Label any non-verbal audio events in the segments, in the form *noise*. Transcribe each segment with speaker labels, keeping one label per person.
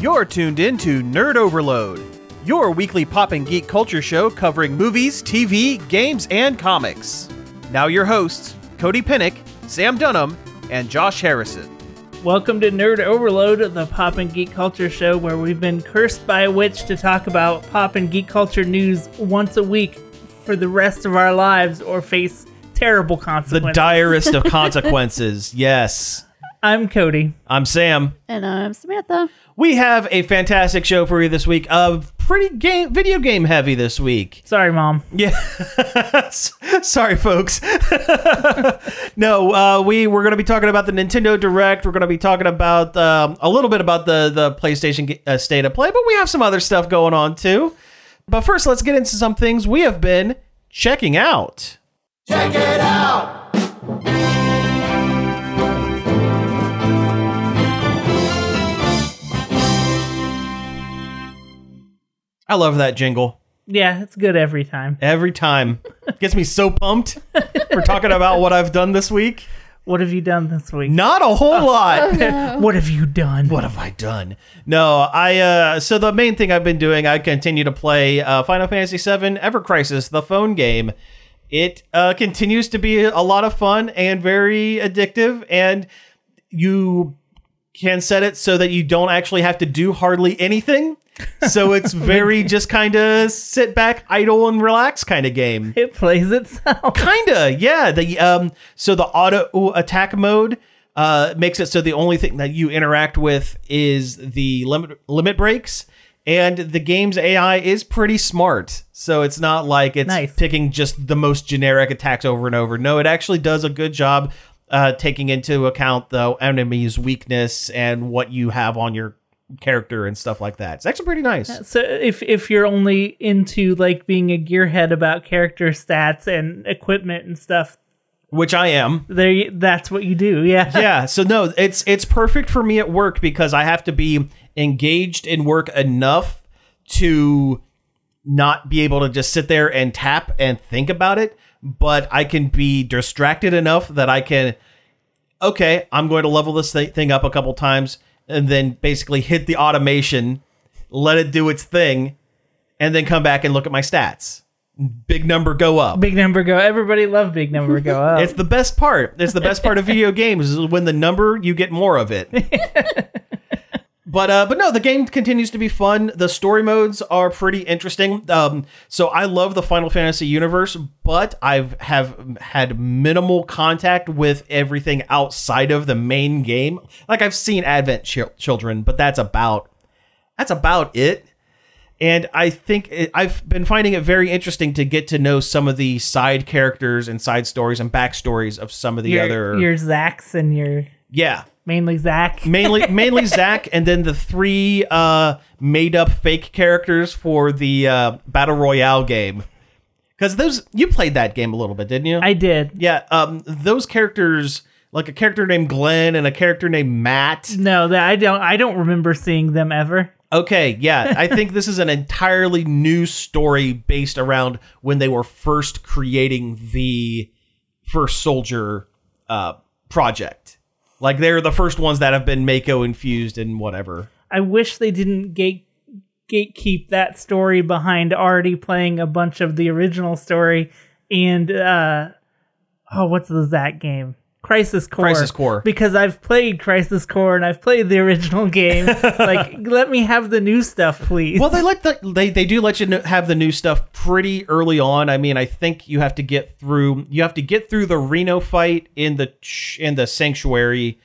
Speaker 1: You're tuned in to Nerd Overload, your weekly pop and geek culture show covering movies, TV, games, and comics. Now, your hosts, Cody Pinnick, Sam Dunham, and Josh Harrison.
Speaker 2: Welcome to Nerd Overload, the pop and geek culture show where we've been cursed by a witch to talk about pop and geek culture news once a week for the rest of our lives or face terrible
Speaker 3: The
Speaker 2: consequences.
Speaker 3: direst of consequences. yes.
Speaker 2: I'm Cody.
Speaker 3: I'm Sam.
Speaker 4: And I'm Samantha.
Speaker 3: We have a fantastic show for you this week. Uh, pretty game video game heavy this week.
Speaker 2: Sorry, Mom.
Speaker 3: Yeah. S- *laughs* Sorry, folks. no, uh, we we're going to be talking about the Nintendo Direct. We're going to be talking about um, a little bit about the the PlayStation g- uh, State of Play, but we have some other stuff going on too. But first, let's get into some things we have been checking out. I love that jingle.
Speaker 2: Yeah, it's good every time.
Speaker 3: every time. Gets me so pumped for talking about what I've done this week.
Speaker 2: What have you done this week?
Speaker 3: Not a whole lot.
Speaker 2: What have you
Speaker 3: *laughs*
Speaker 2: done?
Speaker 3: What have I done? No, I uh so the main thing I've been doing, I continue to play uh Final Fantasy VII Ever Crisis, the phone game. It uh continues to be a lot of fun and very addictive and you can set it so that you don't actually have to do hardly anything. So it's very just kind of sit back, idle and relax kind of game.
Speaker 2: It plays itself.
Speaker 3: kinda yeah the um so the auto attack mode uh makes it so the only thing that you interact with is the limit limit breaks and the game's AI is pretty smart, so it's not like it's
Speaker 2: Nice.
Speaker 3: picking just the most generic attacks over and over. No, it actually does a good job uh, taking into account the enemy's weakness and what you have on your character and stuff like that. It's actually pretty nice.
Speaker 2: So if if you're only into like being a gearhead about character stats and equipment and stuff,
Speaker 3: Which I am.
Speaker 2: there you- that's what you do. Yeah.
Speaker 3: yeah so no it's it's perfect for me at work because i have to be engaged in work enough to not be able to just sit there and tap and think about it but i can be distracted enough that i can okay i'm going to level this thi- thing up a couple times and then basically hit the automation let it do its thing and then come back and look at my stats big number go up
Speaker 2: Big number go. Everybody love big number
Speaker 3: *laughs*
Speaker 2: go Oh, up.
Speaker 3: it's the best part. It's the best part of video games is when the number you get more of it. but uh, but no, the game continues to be fun. The story modes are pretty interesting. Um, so I love the Final Fantasy universe, but I've have had minimal contact with everything outside of the main game. Like I've seen Advent Chil- Children, but that's about that's about it and I think it, I've been finding it very interesting to get to know some of the side characters and side stories and backstories of some of the
Speaker 2: your,
Speaker 3: other.
Speaker 2: your Zach's and your
Speaker 3: yeah,
Speaker 2: mainly Zach.
Speaker 3: mainly mainly Zach, and then the three uh, made up fake characters for the uh, battle royale game. Because those you played that game a little bit, didn't you?
Speaker 2: I did.
Speaker 3: yeah, um, those characters like a character named Glenn and a character named Matt.
Speaker 2: No, that I don't. I don't remember seeing them ever.
Speaker 3: Okay, yeah. I think this is an entirely new story based around when they were first creating the First Soldier uh, project. Like they're the first ones that have been Mako infused and whatever.
Speaker 2: I wish they didn't gate gatekeep that story behind already playing a bunch of the original story and uh oh what's the Zach game? Crisis Core.
Speaker 3: Crisis Core.
Speaker 2: Because I've played Crisis Core and I've played the original
Speaker 3: *laughs*
Speaker 2: game. like let me have the new stuff, please.
Speaker 3: Well, they let the, they they do let you kn- have the new stuff pretty early on. I mean, I think you have to get through you have to get through the Reno fight in the ch- in the sanctuary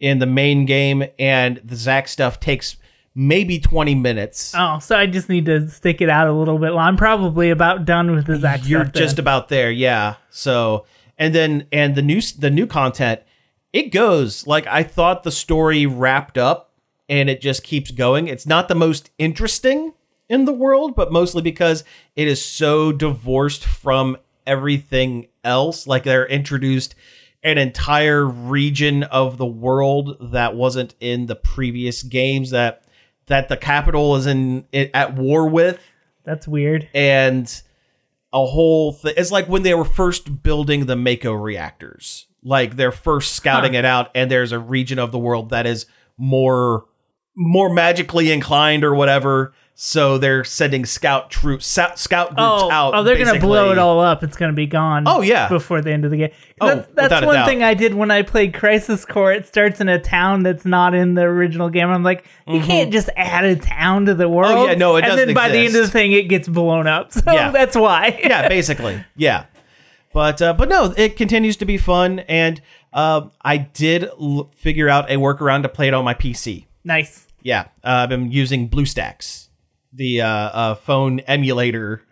Speaker 3: in the main game, and the Zack stuff takes maybe twenty minutes.
Speaker 2: Oh, so I just need to stick it out a little bit. Well, I'm probably about done with the Zach
Speaker 3: you're
Speaker 2: stuff then.
Speaker 3: just about there yeah so and then and the new the new content it goes like i thought the story wrapped up and it just keeps going it's not the most interesting in the world but mostly because it is so divorced from everything else like they're introduced an entire region of the world that wasn't in the previous games that that the capital is in at war with
Speaker 2: That's weird.
Speaker 3: and a whole thing. It's like when they were first building the Mako reactors, like they're first scouting it out, and there's a region of the world that is more more magically inclined or whatever. So they're sending scout troops, sou- scout groups
Speaker 2: Oh,
Speaker 3: out.
Speaker 2: oh, they're gonna blow
Speaker 3: basically.
Speaker 2: it all up. It's gonna be gone.
Speaker 3: Oh, yeah.
Speaker 2: before the end of the game.
Speaker 3: Oh,
Speaker 2: that's
Speaker 3: without
Speaker 2: that's
Speaker 3: a
Speaker 2: one
Speaker 3: doubt.
Speaker 2: thing I did when I played Crisis Core. It starts in a town that's not in the original game. I'm like, you can't just add a town to the world.
Speaker 3: Mm-hmm. Oh, yeah, no, it
Speaker 2: And
Speaker 3: doesn't
Speaker 2: then by the end of the
Speaker 3: exist.
Speaker 2: thing, it gets blown up. *laughs* So
Speaker 3: Yeah.
Speaker 2: that's why.
Speaker 3: *laughs* *laughs* yeah, basically, yeah. But uh, but no, it continues to be fun, and uh, I did l- figure out a workaround to play it on my PC.
Speaker 2: *laughs* nice.
Speaker 3: Yeah, uh, I've been using BlueStacks, the uh, uh, phone emulator,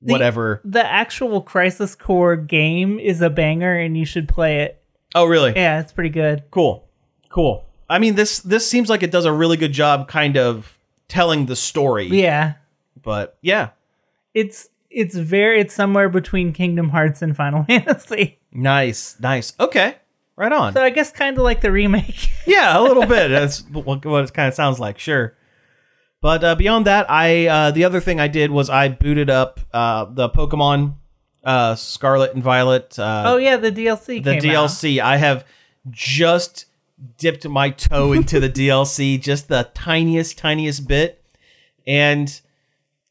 Speaker 3: whatever.
Speaker 2: The actual Crisis Core game is a banger, and you should play it.
Speaker 3: oh, really?
Speaker 2: Yeah, it's pretty good.
Speaker 3: Cool, cool. I mean this this seems like it does a really good job, kind of telling the story.
Speaker 2: Yeah,
Speaker 3: But yeah,
Speaker 2: it's it's very it's somewhere between Kingdom Hearts and Final *laughs* Fantasy.
Speaker 3: nice, nice. Okay, right on.
Speaker 2: So I guess kind of like the remake.
Speaker 3: yeah, a little bit. *laughs* That's what, what it kind of sounds like. Sure. But uh, beyond that, I uh, the other thing I did was I booted up uh, the Pokemon uh, Scarlet and Violet. Uh,
Speaker 2: Oh yeah, the DLC.
Speaker 3: the
Speaker 2: came Out.
Speaker 3: DLC. I have just dipped my toe into
Speaker 2: *laughs*
Speaker 3: the DLC, just the tiniest, tiniest bit, and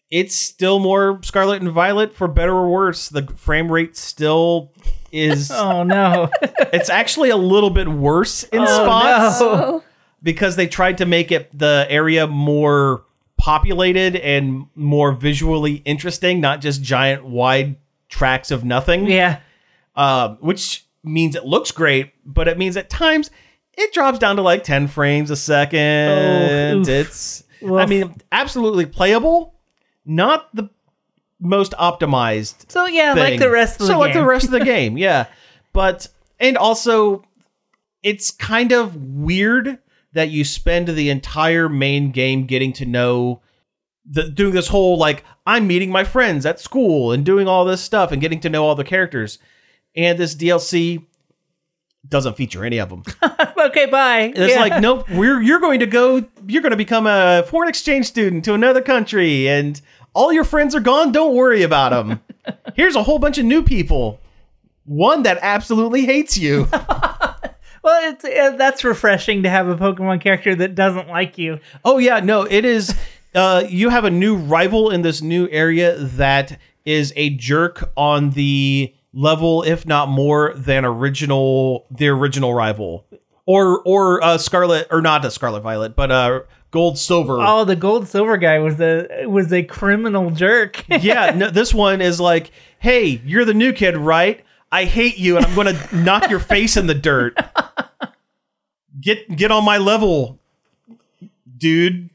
Speaker 3: it's still more Scarlet and Violet for better or worse. The frame rate still is.
Speaker 2: *laughs* Oh no.
Speaker 3: It's actually a little bit worse in spots
Speaker 2: oh,
Speaker 3: because they tried to make it the area more populated and more visually interesting, not just giant wide tracts of nothing.
Speaker 2: no. Yeah.
Speaker 3: Um, which means it looks great, but it means at times it drops down to like 10 frames a second.
Speaker 2: Oh, oof.
Speaker 3: it's, I
Speaker 2: Woof.
Speaker 3: mean, absolutely playable, not the most optimized
Speaker 2: So yeah,
Speaker 3: thing.
Speaker 2: like the rest of
Speaker 3: so
Speaker 2: the
Speaker 3: like
Speaker 2: game.
Speaker 3: the
Speaker 2: *laughs*
Speaker 3: rest of the game, yeah. But and also, it's kind of weird that you spend the entire main game getting to know, the, doing this whole like I'm meeting my friends at school and doing all this stuff and getting to know all the characters, and this DLC doesn't feature any of them.
Speaker 2: okay, bye.
Speaker 3: It's
Speaker 2: Yeah.
Speaker 3: like, nope, we're you're going to go, you're going to become a foreign exchange student to another country, and all your friends are gone. Don't worry about
Speaker 2: *laughs*
Speaker 3: them. Here's a whole bunch of new people. One that absolutely hates
Speaker 2: *laughs*
Speaker 3: you.
Speaker 2: well, it's uh, that's refreshing to have a Pokemon character that doesn't like you.
Speaker 3: oh yeah, no, it is. Uh, you have a new rival in this new area that is a jerk on the level, if not more than original the original rival, or or uh, Scarlet or not a Scarlet Violet, but uh, Gold Silver.
Speaker 2: Oh, the gold silver guy was a was a criminal jerk. *laughs*
Speaker 3: yeah, no, this one is like, hey, you're the new kid, right? I hate you, and I'm going to knock your face in the dirt. Get get on my level, dude.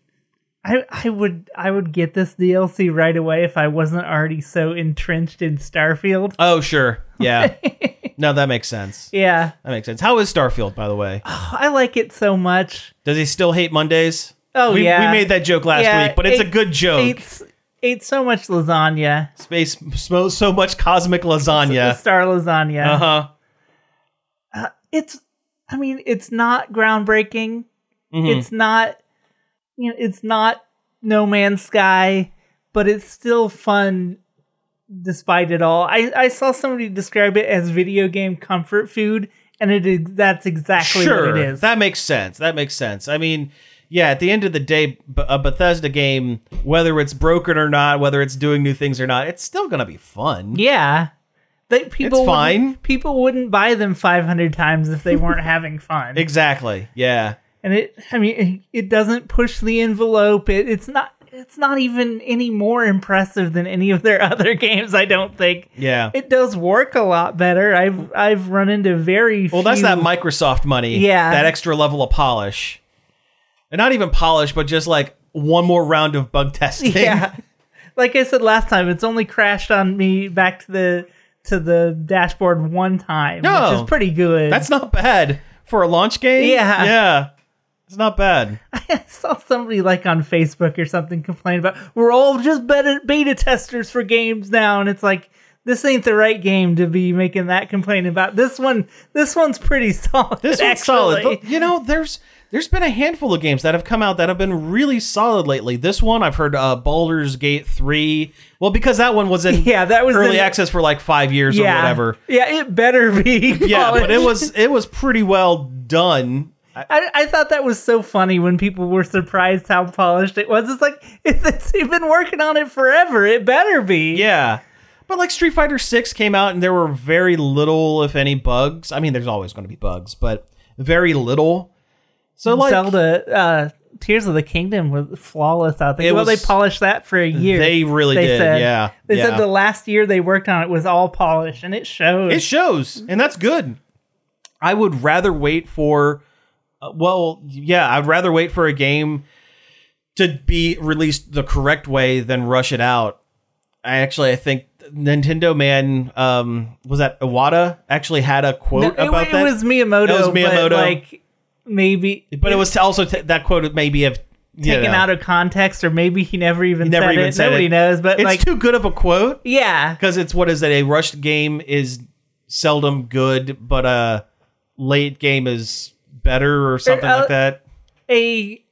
Speaker 2: I, I would I would get this DLC right away if I wasn't already so entrenched in Starfield.
Speaker 3: Oh, sure, yeah. *laughs* no, that makes sense.
Speaker 2: Yeah,
Speaker 3: That makes sense. How is Starfield, by the way?
Speaker 2: I like it so much.
Speaker 3: Does he still hate Mondays?
Speaker 2: Oh,
Speaker 3: we,
Speaker 2: yeah.
Speaker 3: we made that joke last
Speaker 2: Yeah,
Speaker 3: week, but it's a
Speaker 2: it-
Speaker 3: good joke.
Speaker 2: Ate ate so much lasagna,
Speaker 3: Space smells so much cosmic
Speaker 2: the *laughs*
Speaker 3: lasagna.
Speaker 2: star lasagna.
Speaker 3: Uh huh.
Speaker 2: it's i mean it's not groundbreaking it's not you know it's not no man's sky but it's still fun despite it all i i saw somebody describe it as video game comfort food and it is that's exactly what it is
Speaker 3: That makes sense. That makes sense. I mean, yeah, at the end of the day, B- a Bethesda game, whether it's broken or not, whether it's doing new things or not, it's still going to be fun.
Speaker 2: yeah they, people wouldn't-
Speaker 3: fine.
Speaker 2: people wouldn't buy them 500 times if they weren't *laughs* having fun
Speaker 3: Exactly. Yeah.
Speaker 2: and it i mean it, it doesn't push the envelope it, it's not it's not even any more impressive than any of their *laughs* other games i don't think
Speaker 3: Yeah.
Speaker 2: it does work a lot better i've i've run into very
Speaker 3: well, that's
Speaker 2: *laughs*
Speaker 3: that Microsoft money.
Speaker 2: Yeah.
Speaker 3: That extra level of polish. And not even polish, but just like one more round of bug testing.
Speaker 2: yeah like i said last time it's only crashed on me back to the to the dashboard one time
Speaker 3: No.
Speaker 2: which is pretty
Speaker 3: *laughs*
Speaker 2: good
Speaker 3: That's not bad for a launch game.
Speaker 2: Yeah.
Speaker 3: Yeah. It's not bad.
Speaker 2: I *laughs* saw somebody like on Facebook or something complain about we're all just beta, beta testers for games now, and it's like this ain't the right game to be making that complaint about. This one, this one's pretty *laughs* solid.
Speaker 3: This one's
Speaker 2: actually.
Speaker 3: solid. But, you know, there's there's been a handful of games that have come out that have been really solid lately. This one I've heard uh Baldur's Gate 3. Well, because that one was in
Speaker 2: *laughs* yeah, that was
Speaker 3: early
Speaker 2: the-
Speaker 3: access for like 5 years
Speaker 2: Yeah, *laughs*
Speaker 3: or whatever.
Speaker 2: Yeah, it better be. *laughs*
Speaker 3: Yeah, but it
Speaker 2: polished.
Speaker 3: was it was pretty well done.
Speaker 2: I, I thought that was so funny when people were surprised how polished it was. It's like *laughs* it's, it's they've been working on it forever. It better be.
Speaker 3: Yeah. But like Street Fighter 6 came out and there were very little if any bugs. I mean, there's always going to be bugs, but very little. So like
Speaker 2: Zelda uh, Tears of the Kingdom was flawless out there.
Speaker 3: It
Speaker 2: Well,
Speaker 3: was-
Speaker 2: they polished that for a year.
Speaker 3: they really did. Yeah.
Speaker 2: They
Speaker 3: Yeah.
Speaker 2: said the last year they worked on it was all polished, and it showed.
Speaker 3: It shows, and that's good. I would rather wait for, uh, well, yeah, I'd rather wait for a game to be released the correct way than rush it out. I actually, I think Nintendo man, um, was that Iwata actually had a quote
Speaker 2: No, it,
Speaker 3: about
Speaker 2: it
Speaker 3: that,
Speaker 2: was Miyamoto.
Speaker 3: It was Miyamoto.
Speaker 2: But like maybe,
Speaker 3: but it was also t- that quote maybe of you
Speaker 2: taken
Speaker 3: know,
Speaker 2: out of context, or maybe he never even
Speaker 3: never
Speaker 2: said
Speaker 3: even
Speaker 2: it.
Speaker 3: said
Speaker 2: Nobody
Speaker 3: it.
Speaker 2: knows, but
Speaker 3: It's
Speaker 2: like
Speaker 3: too good of a quote
Speaker 2: yeah,
Speaker 3: because it's what is it? A rushed game is seldom good, but a late game is better or something
Speaker 2: uh,
Speaker 3: like that.
Speaker 2: a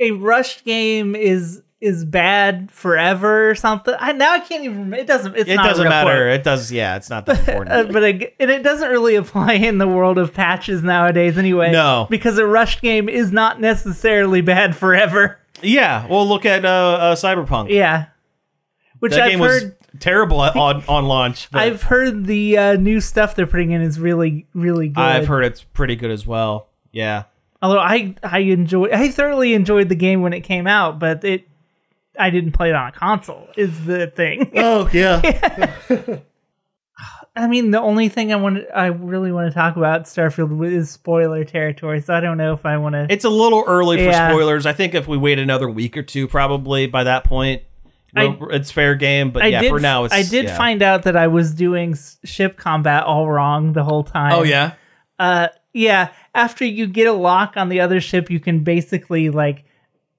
Speaker 2: a rushed game is is bad forever or something. I now I can't even. It doesn't. It's
Speaker 3: it
Speaker 2: not a
Speaker 3: doesn't
Speaker 2: real
Speaker 3: matter.
Speaker 2: quote.
Speaker 3: It does. Yeah, it's not that
Speaker 2: *laughs* Uh,
Speaker 3: important.
Speaker 2: but it, and it doesn't really apply in the world of patches nowadays, anyway.
Speaker 3: No.
Speaker 2: because a rushed game is not necessarily bad forever. *laughs*
Speaker 3: yeah. Well, look at uh, uh, Cyberpunk.
Speaker 2: Yeah, which
Speaker 3: that
Speaker 2: I've
Speaker 3: game
Speaker 2: heard.
Speaker 3: was terrible at-
Speaker 2: *laughs*
Speaker 3: on on launch. But
Speaker 2: I've
Speaker 3: I've
Speaker 2: heard the uh, new stuff they're putting in is really, really good.
Speaker 3: heard it's pretty good as well. Yeah.
Speaker 2: Although I, I enjoy, I thoroughly enjoyed the game when it came out, but it, I didn't play it on a console. Is the thing. *laughs*
Speaker 3: Oh yeah.
Speaker 2: I mean, the only thing I want, I really want to talk about Starfield is spoiler territory. So I don't know if I want to.
Speaker 3: it's a little early for
Speaker 2: Yeah.
Speaker 3: spoilers. I think if we wait another week or two, probably by that point,
Speaker 2: I-
Speaker 3: we're- it's fair game. But
Speaker 2: I
Speaker 3: yeah,
Speaker 2: did,
Speaker 3: for now, it's
Speaker 2: I did
Speaker 3: yeah.
Speaker 2: find out that I was doing s- ship combat all wrong the whole time.
Speaker 3: Oh yeah.
Speaker 2: uh, yeah. After you get a lock on the other ship, you can basically like,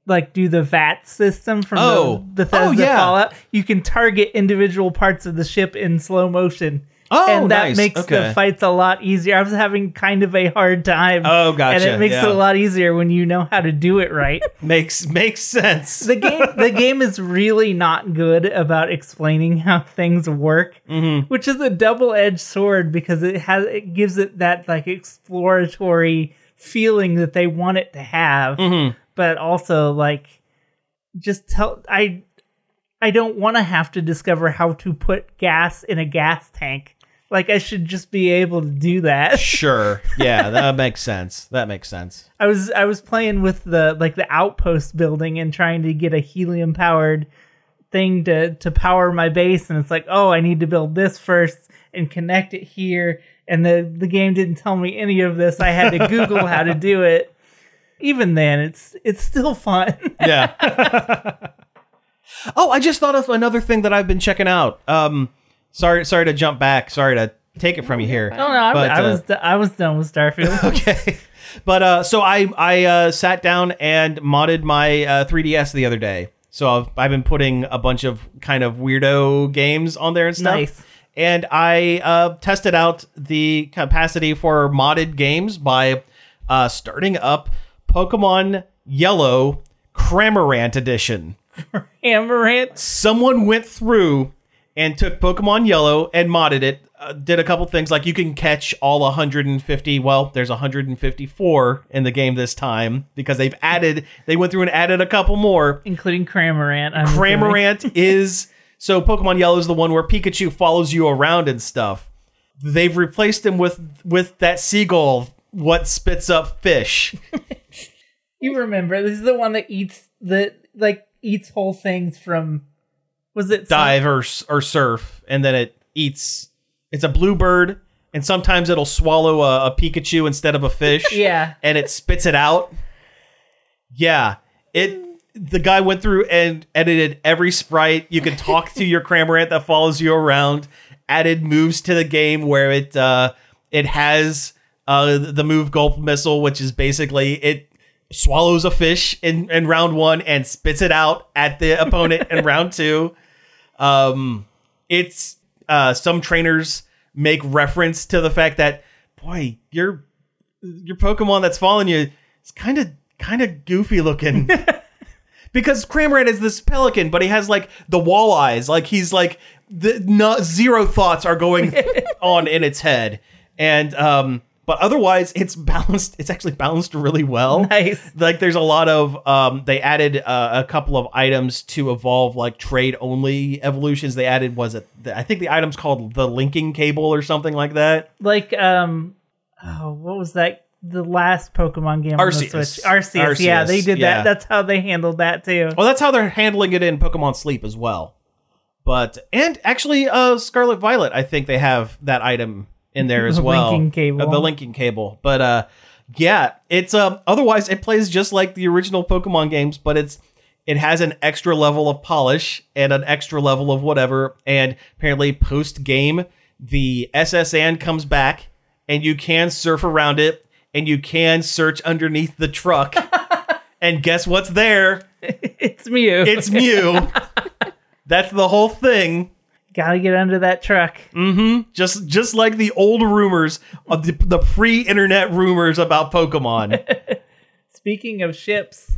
Speaker 2: like do the VAT system from
Speaker 3: Oh.
Speaker 2: the Bethesda
Speaker 3: Oh, yeah.
Speaker 2: Fallout. You can target individual parts of the ship in slow motion.
Speaker 3: Oh,
Speaker 2: and that
Speaker 3: nice.
Speaker 2: makes
Speaker 3: Okay.
Speaker 2: the fights a lot easier. I was having kind of a hard time.
Speaker 3: Oh, gotcha.
Speaker 2: And it makes
Speaker 3: Yeah.
Speaker 2: it a lot easier when you know how to do it right.
Speaker 3: Makes makes sense.
Speaker 2: *laughs* the game the game is really not good about explaining how things work which is a double-edged sword because it has it gives it that like exploratory feeling that they want it to have but also like just tell i i don't want to have to discover how to put gas in a gas tank like i should just be able to
Speaker 3: *laughs*
Speaker 2: do that
Speaker 3: sure. Yeah, that makes sense. That makes sense.
Speaker 2: I was I was playing with the like the outpost building and trying to get a helium powered thing to to power my base and it's like, "Oh, I need to build this first and connect it here." And the the game didn't tell me any of this. I had to google how to do it. Even then, it's it's still fun. *laughs*
Speaker 3: Yeah. *laughs* oh, I just thought of another thing that I've been checking out. Um, sorry, sorry to jump back. Sorry to take it from you here.
Speaker 2: Oh no, I,
Speaker 3: But,
Speaker 2: I
Speaker 3: uh,
Speaker 2: was do- I was done with
Speaker 3: *laughs*
Speaker 2: Starfield.
Speaker 3: okay. *laughs* But uh, so I I uh, sat down and modded my uh, 3ds the other day. So I've I've been putting a bunch of kind of weirdo games on there and stuff.
Speaker 2: Nice.
Speaker 3: And I uh, tested out the capacity for modded games by uh, starting up Pokemon Yellow Cramorant Edition
Speaker 2: Amaranth.
Speaker 3: someone went through and took Pokemon Yellow and modded it. Uh, did a couple things like you can catch all 150. Well, there's 154 in the game this time because they've added. They went through and added a couple more.
Speaker 2: Including Cramorant. I'm assuming.
Speaker 3: Cramorant is so Pokemon Yellow is the one where Pikachu follows you around and stuff. They've replaced him with with that seagull what spits up fish.
Speaker 2: You remember this is the one that eats the like eats whole things from was it some-
Speaker 3: dive or or surf, and then it eats. It's a blue bird, and sometimes it'll swallow a, a Pikachu instead of a fish.
Speaker 2: Yeah.
Speaker 3: and it spits it out. Yeah, it. The guy went through and edited every sprite. You can talk to your Cramorant that follows you around. Added moves to the game where it uh, it has uh, the move gulp missile, which is basically it swallows a fish in, in round one and spits it out at the opponent in round two um it's uh some trainers make reference to the fact that boy your your pokemon that's following you is kind of kind of goofy looking because Cramorant is this pelican but he has like the wall eyes like he's like the no, zero thoughts are going on in its head and um But otherwise, it's balanced. It's actually balanced really well.
Speaker 2: Nice.
Speaker 3: Like there's a lot of um, they added uh, a couple of items to evolve like trade only evolutions. They added was it the, I think the item's called the linking cable or something like that.
Speaker 2: Like um, oh, what was that? The last Pokemon game
Speaker 3: Arceus.
Speaker 2: on the Switch, Arceus. Yeah,
Speaker 3: Arceus,
Speaker 2: they did
Speaker 3: yeah. Oh.
Speaker 2: that. That's how they handled that too.
Speaker 3: Well, that's how they're handling it in Pokemon Sleep as well. But and actually, uh, Scarlet Violet, I think they have that item in there as
Speaker 2: *laughs* The
Speaker 3: well.
Speaker 2: linking cable.
Speaker 3: Uh, the linking cable. But uh, yeah, it's um. Otherwise, it plays just like the original Pokemon games, but it's it has an extra level of polish and an extra level of whatever. And apparently, post game, the SSN comes back, and you can surf around it, and you can search underneath the
Speaker 2: *laughs*
Speaker 3: truck. and guess what's there?
Speaker 2: It's Mew.
Speaker 3: It's Mew. That's the whole thing.
Speaker 2: Gotta get under that truck.
Speaker 3: Mm. Just just like the old rumors of the, the pre-internet rumors about Pokemon.
Speaker 2: Speaking of ships,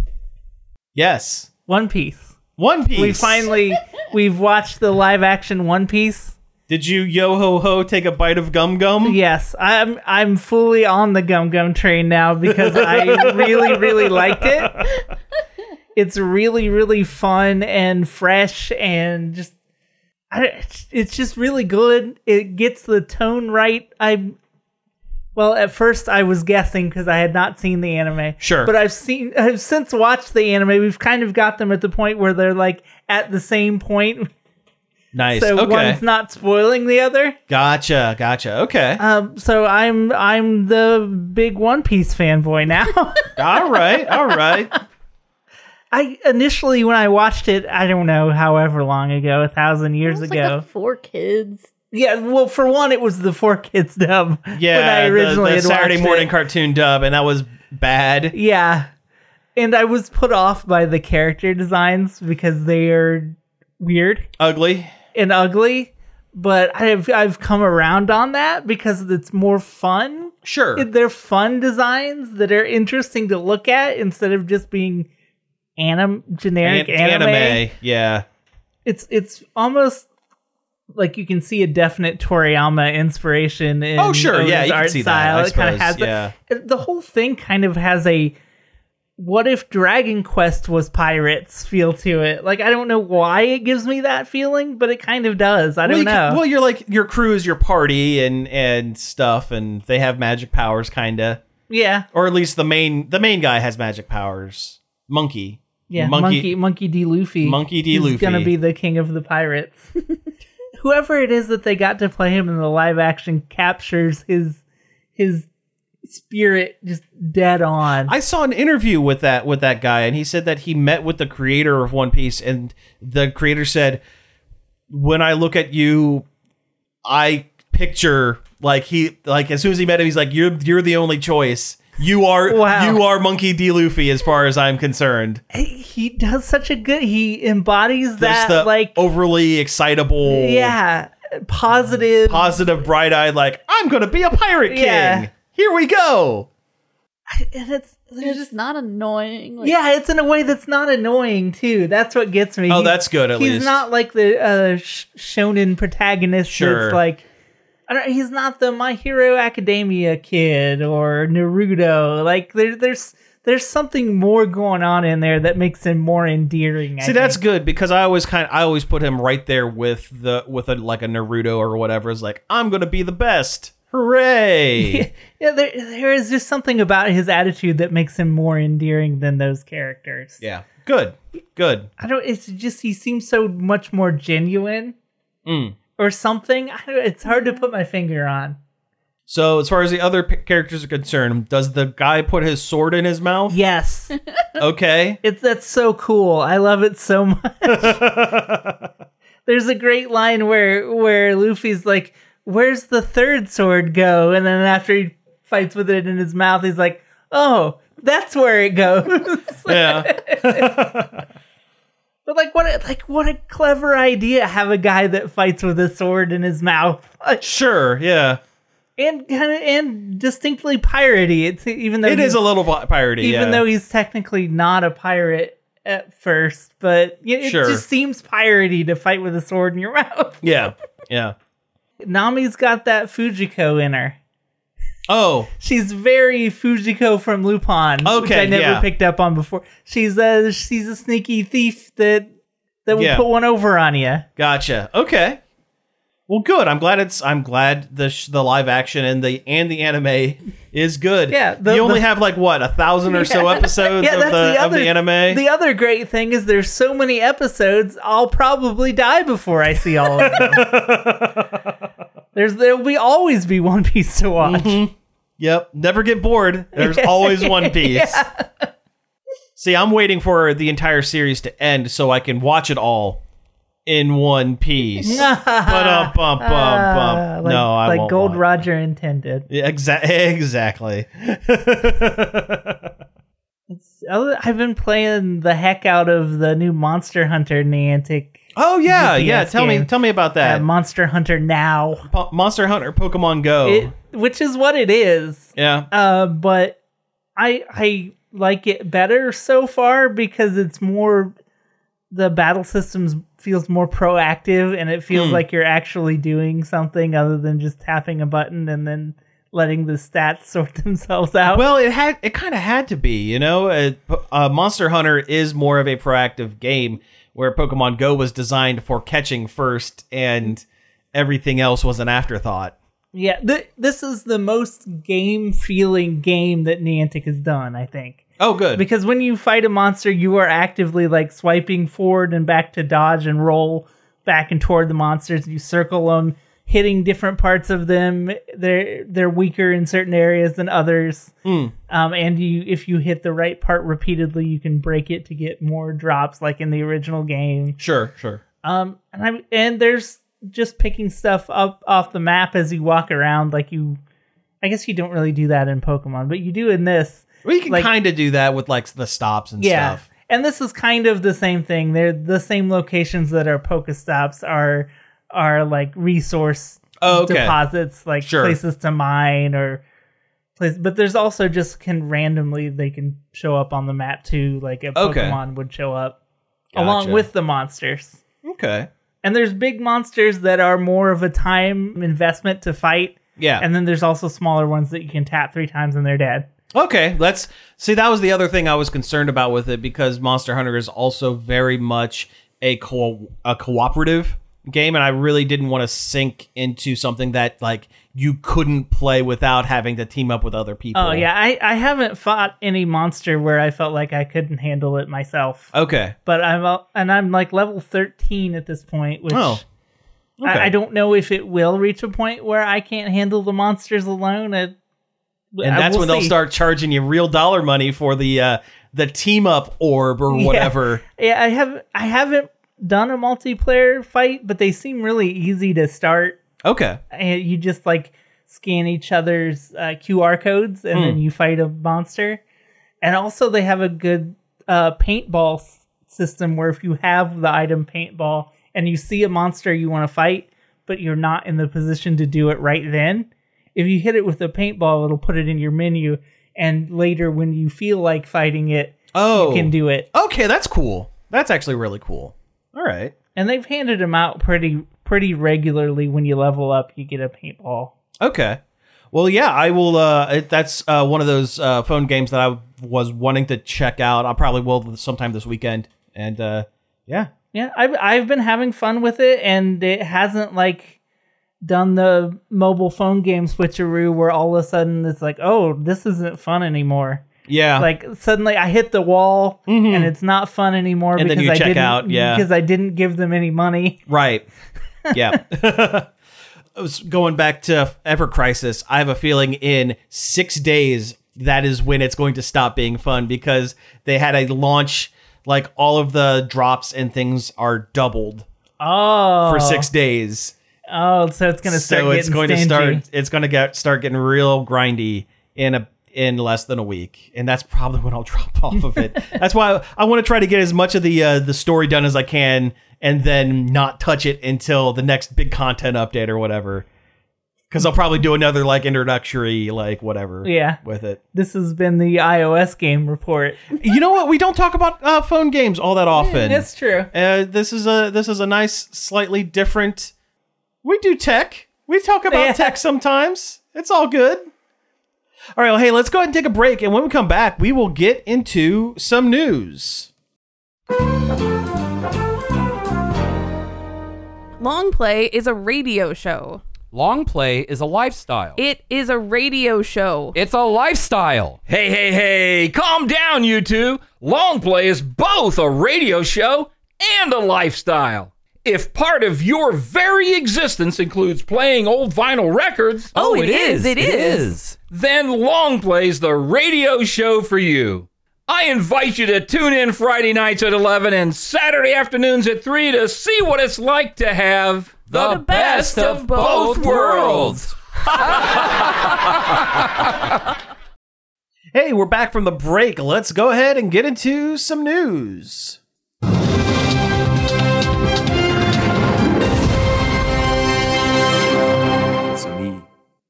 Speaker 3: yes.
Speaker 2: One Piece.
Speaker 3: One Piece.
Speaker 2: We finally we've watched the live action One Piece.
Speaker 3: Did you yo ho ho take a bite of gum gum?
Speaker 2: Yes, I'm I'm fully on the Gum Gum train now
Speaker 3: *laughs*
Speaker 2: because I really really liked it. It's really really fun and fresh and just I, it's- it's just really good. It gets the tone right. I well, at first I was guessing because I had not seen the anime.
Speaker 3: Sure.
Speaker 2: but I've seen I've since watched the anime. We've kind of got them at the point where they're like at the same point,
Speaker 3: Nice.
Speaker 2: so
Speaker 3: okay.
Speaker 2: one's not spoiling the other.
Speaker 3: gotcha. Gotcha. Okay.
Speaker 2: Um, so I'm I'm the big One Piece fanboy now. *laughs*
Speaker 3: all right. All right.
Speaker 2: I initially when I watched it, I don't know, however long ago, a thousand years
Speaker 4: It's
Speaker 2: ago.
Speaker 4: like the four kids.
Speaker 2: yeah, well, for one, it was the four kids dub. *laughs*
Speaker 3: Yeah.
Speaker 2: when I
Speaker 3: the-
Speaker 2: originally
Speaker 3: the,
Speaker 2: had
Speaker 3: Saturday
Speaker 2: watched
Speaker 3: morning
Speaker 2: It.
Speaker 3: cartoon dub, and that was bad.
Speaker 2: Yeah, and I was put off by the character designs because they are weird
Speaker 3: Ugly.
Speaker 2: and ugly. But I've I've come around on that because it's more fun.
Speaker 3: Sure.
Speaker 2: it- they're fun designs that are interesting to look at instead of just being anim generic
Speaker 3: An-
Speaker 2: anime.
Speaker 3: Yeah.
Speaker 2: It's it's almost like you can see a definite Toriyama inspiration in
Speaker 3: Oh, sure. Yeah,
Speaker 2: Oda's
Speaker 3: you can
Speaker 2: art
Speaker 3: see that,
Speaker 2: style.
Speaker 3: I
Speaker 2: it kind
Speaker 3: suppose,
Speaker 2: of has a-
Speaker 3: yeah.
Speaker 2: the whole thing kind of has a what if Dragon Quest was pirates feel to it. Like I don't know why it gives me that feeling, but it kind of does. I
Speaker 3: well,
Speaker 2: don't
Speaker 3: you ca-
Speaker 2: know.
Speaker 3: well, you're like your crew is your party and and stuff, and they have magic powers, kinda,
Speaker 2: yeah.
Speaker 3: or at least the main the main guy has magic powers. Monkey,
Speaker 2: Yeah, Monkey Monkey D. Luffy.
Speaker 3: Monkey D.
Speaker 2: He's
Speaker 3: Luffy.
Speaker 2: gonna be the king of the pirates. *laughs* Whoever it is that they got to play him in the live action captures his his spirit just dead on.
Speaker 3: I saw an interview with that with that guy, and he said that he met with the creator of One Piece, and the creator said, "When I look at you, I picture like he like as soon as he met him, he's like, you're you're the only choice. You are
Speaker 2: Wow.
Speaker 3: you are Monkey D. Luffy, as far as I'm concerned.
Speaker 2: he does such a good. He embodies
Speaker 3: Just
Speaker 2: that
Speaker 3: the oh.
Speaker 2: like
Speaker 3: overly excitable,
Speaker 2: yeah positive.
Speaker 3: positive, bright eyed, like, I'm going to be a pirate king.
Speaker 2: Yeah.
Speaker 3: Here we go.
Speaker 2: and it's,
Speaker 4: It's just not annoying. Like,
Speaker 2: yeah, it's in a way that's not annoying too. That's what gets me.
Speaker 3: Oh,
Speaker 2: He's-
Speaker 3: that's good, at
Speaker 2: he's
Speaker 3: least.
Speaker 2: not like the uh, sh- shonen protagonist.
Speaker 3: Sure.
Speaker 2: That's like, I don't. He's not the My Hero Academia kid or Naruto. Like there, there's there's something more going on in there that makes him more endearing. I
Speaker 3: See, that's
Speaker 2: think.
Speaker 3: good because I always kind of, I always put him right there with the, with a, like a Naruto or whatever. Is like, I'm going to be the best.
Speaker 2: *laughs*
Speaker 3: Hooray.
Speaker 2: yeah. There, there is just something about his attitude that makes him more endearing than those characters.
Speaker 3: yeah. Good. Good.
Speaker 2: I don't. It's just he seems so much more genuine, or something. I don't, it's hard to put my finger on.
Speaker 3: So, as far as the other p- characters are concerned, does the guy put his sword in his mouth?
Speaker 2: Yes, *laughs*
Speaker 3: Okay.
Speaker 2: it's that's so cool. I love it so *laughs* much. There's a great line where where Luffy's like, "Where's the third sword go?" And then after he fights with it in his mouth, he's like, "Oh, that's where it goes." *laughs*
Speaker 3: Yeah.
Speaker 2: but like, what a, like what a clever idea! Have a guy that fights with a sword in his mouth. *laughs* Like,
Speaker 3: Sure. Yeah.
Speaker 2: and kind of and distinctly piratey. It's even though
Speaker 3: It is
Speaker 2: he's-
Speaker 3: a little pi- piratey.
Speaker 2: even
Speaker 3: yeah.
Speaker 2: though he's technically not a pirate at first, but y- it
Speaker 3: Sure.
Speaker 2: just seems piratey to fight with a sword in your *laughs* mouth.
Speaker 3: Yeah. Yeah.
Speaker 2: Nami's got that Fujiko in her.
Speaker 3: Oh,
Speaker 2: She's very Fujiko from Lupin, which
Speaker 3: Okay,
Speaker 2: I never
Speaker 3: yeah.
Speaker 2: picked up on before. She's a she's a sneaky thief that that will
Speaker 3: Yeah.
Speaker 2: put one over on you.
Speaker 3: gotcha. Okay. Well, good. I'm glad it's. I'm glad the sh- the live action and the and the anime is good.
Speaker 2: Yeah, the-
Speaker 3: you only
Speaker 2: the-
Speaker 3: have like what a thousand or so
Speaker 4: Yeah.
Speaker 3: episodes
Speaker 2: Yeah,
Speaker 3: of, the,
Speaker 2: that's the
Speaker 3: of
Speaker 2: other
Speaker 3: the anime.
Speaker 2: The other great thing is there's so many episodes. I'll probably die before I see all of them.
Speaker 3: *laughs*
Speaker 2: there's there'll be always be One Piece to watch.
Speaker 3: Mm-hmm.
Speaker 2: *laughs*
Speaker 3: Yep. Never get bored. There's always One Piece. See, I'm waiting for the entire series to end so I can watch it all in one
Speaker 2: *laughs*
Speaker 3: piece. Ba-dum, bum, bum, bum.
Speaker 2: Uh, like,
Speaker 3: Um, no, I
Speaker 2: like
Speaker 3: won't
Speaker 2: Gold
Speaker 3: watch.
Speaker 2: Roger intended.
Speaker 3: Yeah, exa- *laughs* exactly.
Speaker 2: Other- I've been playing the heck out of the new Monster Hunter Niantic
Speaker 3: Oh yeah,
Speaker 2: GPS
Speaker 3: yeah. Tell me,
Speaker 2: game.
Speaker 3: tell me about
Speaker 2: uh,
Speaker 3: that.
Speaker 2: Monster Hunter now,
Speaker 3: Po- Monster Hunter, Pokemon Go.
Speaker 2: it, which is what it is.
Speaker 3: yeah.
Speaker 2: Uh, but I I like it better so far because it's more the battle systems feels more proactive and it feels like you're actually doing something other than just tapping a button and then letting the stats *laughs* sort themselves out.
Speaker 3: Well, it had it kind of had to be, you know. Uh, po- uh, Monster Hunter is more of a proactive game, where Pokemon Go was designed for catching first, and everything else was an afterthought.
Speaker 2: yeah, th- this is the most game feeling game that Niantic has done, I think.
Speaker 3: Oh, good.
Speaker 2: Because when you fight a monster, you are actively like swiping forward and back to dodge and roll back and toward the monsters. You circle them, hitting different parts of them. They're they're weaker in certain areas than others. Um, and you, if you hit the right part repeatedly, you can break it to get more drops, like in the original game.
Speaker 3: sure, sure.
Speaker 2: Um, and I and there's just picking stuff up off the map as you walk around. Like you, I guess you don't really do that in Pokemon, but you do in this
Speaker 3: Well, you can
Speaker 2: Like-
Speaker 3: kind of do that with like the stops and stuff.
Speaker 2: and this is kind of the same thing. They're the same locations that our Pokestops are are like resource
Speaker 3: Oh, okay.
Speaker 2: deposits, like
Speaker 3: Sure.
Speaker 2: places to mine or place. But there's also just can randomly they can show up on the map too. Like a
Speaker 3: Okay.
Speaker 2: Pokemon would show up
Speaker 3: Gotcha.
Speaker 2: along with the monsters.
Speaker 3: Okay.
Speaker 2: And there's big monsters that are more of a time investment to fight.
Speaker 3: Yeah.
Speaker 2: And then there's also smaller ones that you can tap three times and they're dead.
Speaker 3: Okay, let's see. That was the other thing I was concerned about with it because Monster Hunter is also very much a co- a cooperative game, and I really didn't want to sink into something that like you couldn't play without having to team up with other people.
Speaker 2: Oh yeah, I, I haven't fought any monster where I felt like I couldn't handle it myself.
Speaker 3: Okay.
Speaker 2: But I'm al- and I'm like level thirteen at this point, which
Speaker 3: Oh. Okay.
Speaker 2: I, I don't know if it will reach a point where I can't handle the monsters alone. I,
Speaker 3: And that's when they'll start charging you real dollar money for the uh, the team up orb
Speaker 2: *laughs*
Speaker 3: or whatever.
Speaker 2: Yeah, I have I haven't done a multiplayer fight, but they seem really easy to start.
Speaker 3: Okay.
Speaker 2: And you just like scan each other's uh, QR codes, and then you fight a monster. And also, they have a good uh, paintball s- system where if you have the item paintball and you see a monster you want to fight, but you're not in the position to do it right then, if you hit it with a paintball, it'll put it in your menu. And later, when you feel like fighting it,
Speaker 3: Oh.
Speaker 2: you can do it.
Speaker 3: okay, that's cool. That's actually really cool. All right.
Speaker 2: And they've handed them out pretty pretty regularly. When you level up, you get a paintball.
Speaker 3: Okay. Well, yeah, I will. Uh, it, that's uh, one of those uh, phone games that I was wanting to check out. I probably will sometime this weekend. And uh, yeah,
Speaker 2: Yeah, I've I've been having fun with it, and it hasn't like done the mobile phone game switcheroo where all of a sudden it's like, oh, this isn't fun anymore.
Speaker 3: yeah,
Speaker 2: Like suddenly I hit the wall and it's not fun anymore
Speaker 3: Mm-hmm. And then
Speaker 2: because
Speaker 3: you
Speaker 2: I
Speaker 3: check
Speaker 2: didn't
Speaker 3: out, yeah.
Speaker 2: because I didn't give them any money. *laughs*
Speaker 3: right, yeah. I was going back to Ever Crisis, I have a feeling in six days that is when it's going to stop being fun because they had a launch. Like all of the drops and things are doubled
Speaker 2: Oh,
Speaker 3: for six days.
Speaker 2: Oh, so it's gonna start.
Speaker 3: so it's
Speaker 2: getting
Speaker 3: going to
Speaker 2: stingy.
Speaker 3: start it's going to get start getting real grindy in a in less than a week and that's probably when i'll *laughs* drop off of
Speaker 2: *laughs*
Speaker 3: it that's why i, want to try to get as much of the uh, the story done as i can and then not touch it until the next big content update or whatever because i'll probably do another like introductory like whatever
Speaker 2: Yeah.
Speaker 3: with it
Speaker 2: This has been the iOS game report.
Speaker 3: you know what we don't talk about uh, phone games all that often
Speaker 2: That's true.
Speaker 3: uh, this is a this is a nice, slightly different. We do tech. We talk about
Speaker 2: Yeah.
Speaker 3: tech sometimes. It's all good. All right, well, hey, let's go ahead and take a break. And when we come back, we will get into some news.
Speaker 5: Long play is a radio show.
Speaker 6: Long play is a lifestyle.
Speaker 5: It is a radio show.
Speaker 6: it's a lifestyle.
Speaker 7: Hey, hey, hey, calm down, you two. Long play is both a radio show and a lifestyle. If part of your very existence includes playing old vinyl records,
Speaker 5: Oh, it is, it is.
Speaker 7: then Long Play's the radio show for you. I invite you to tune in Friday nights at 11 and Saturday afternoons at 3 to see what it's like to have
Speaker 6: The, best, of both worlds.
Speaker 3: Hey, we're back from the break. Let's go ahead and get into some news.
Speaker 8: It's me,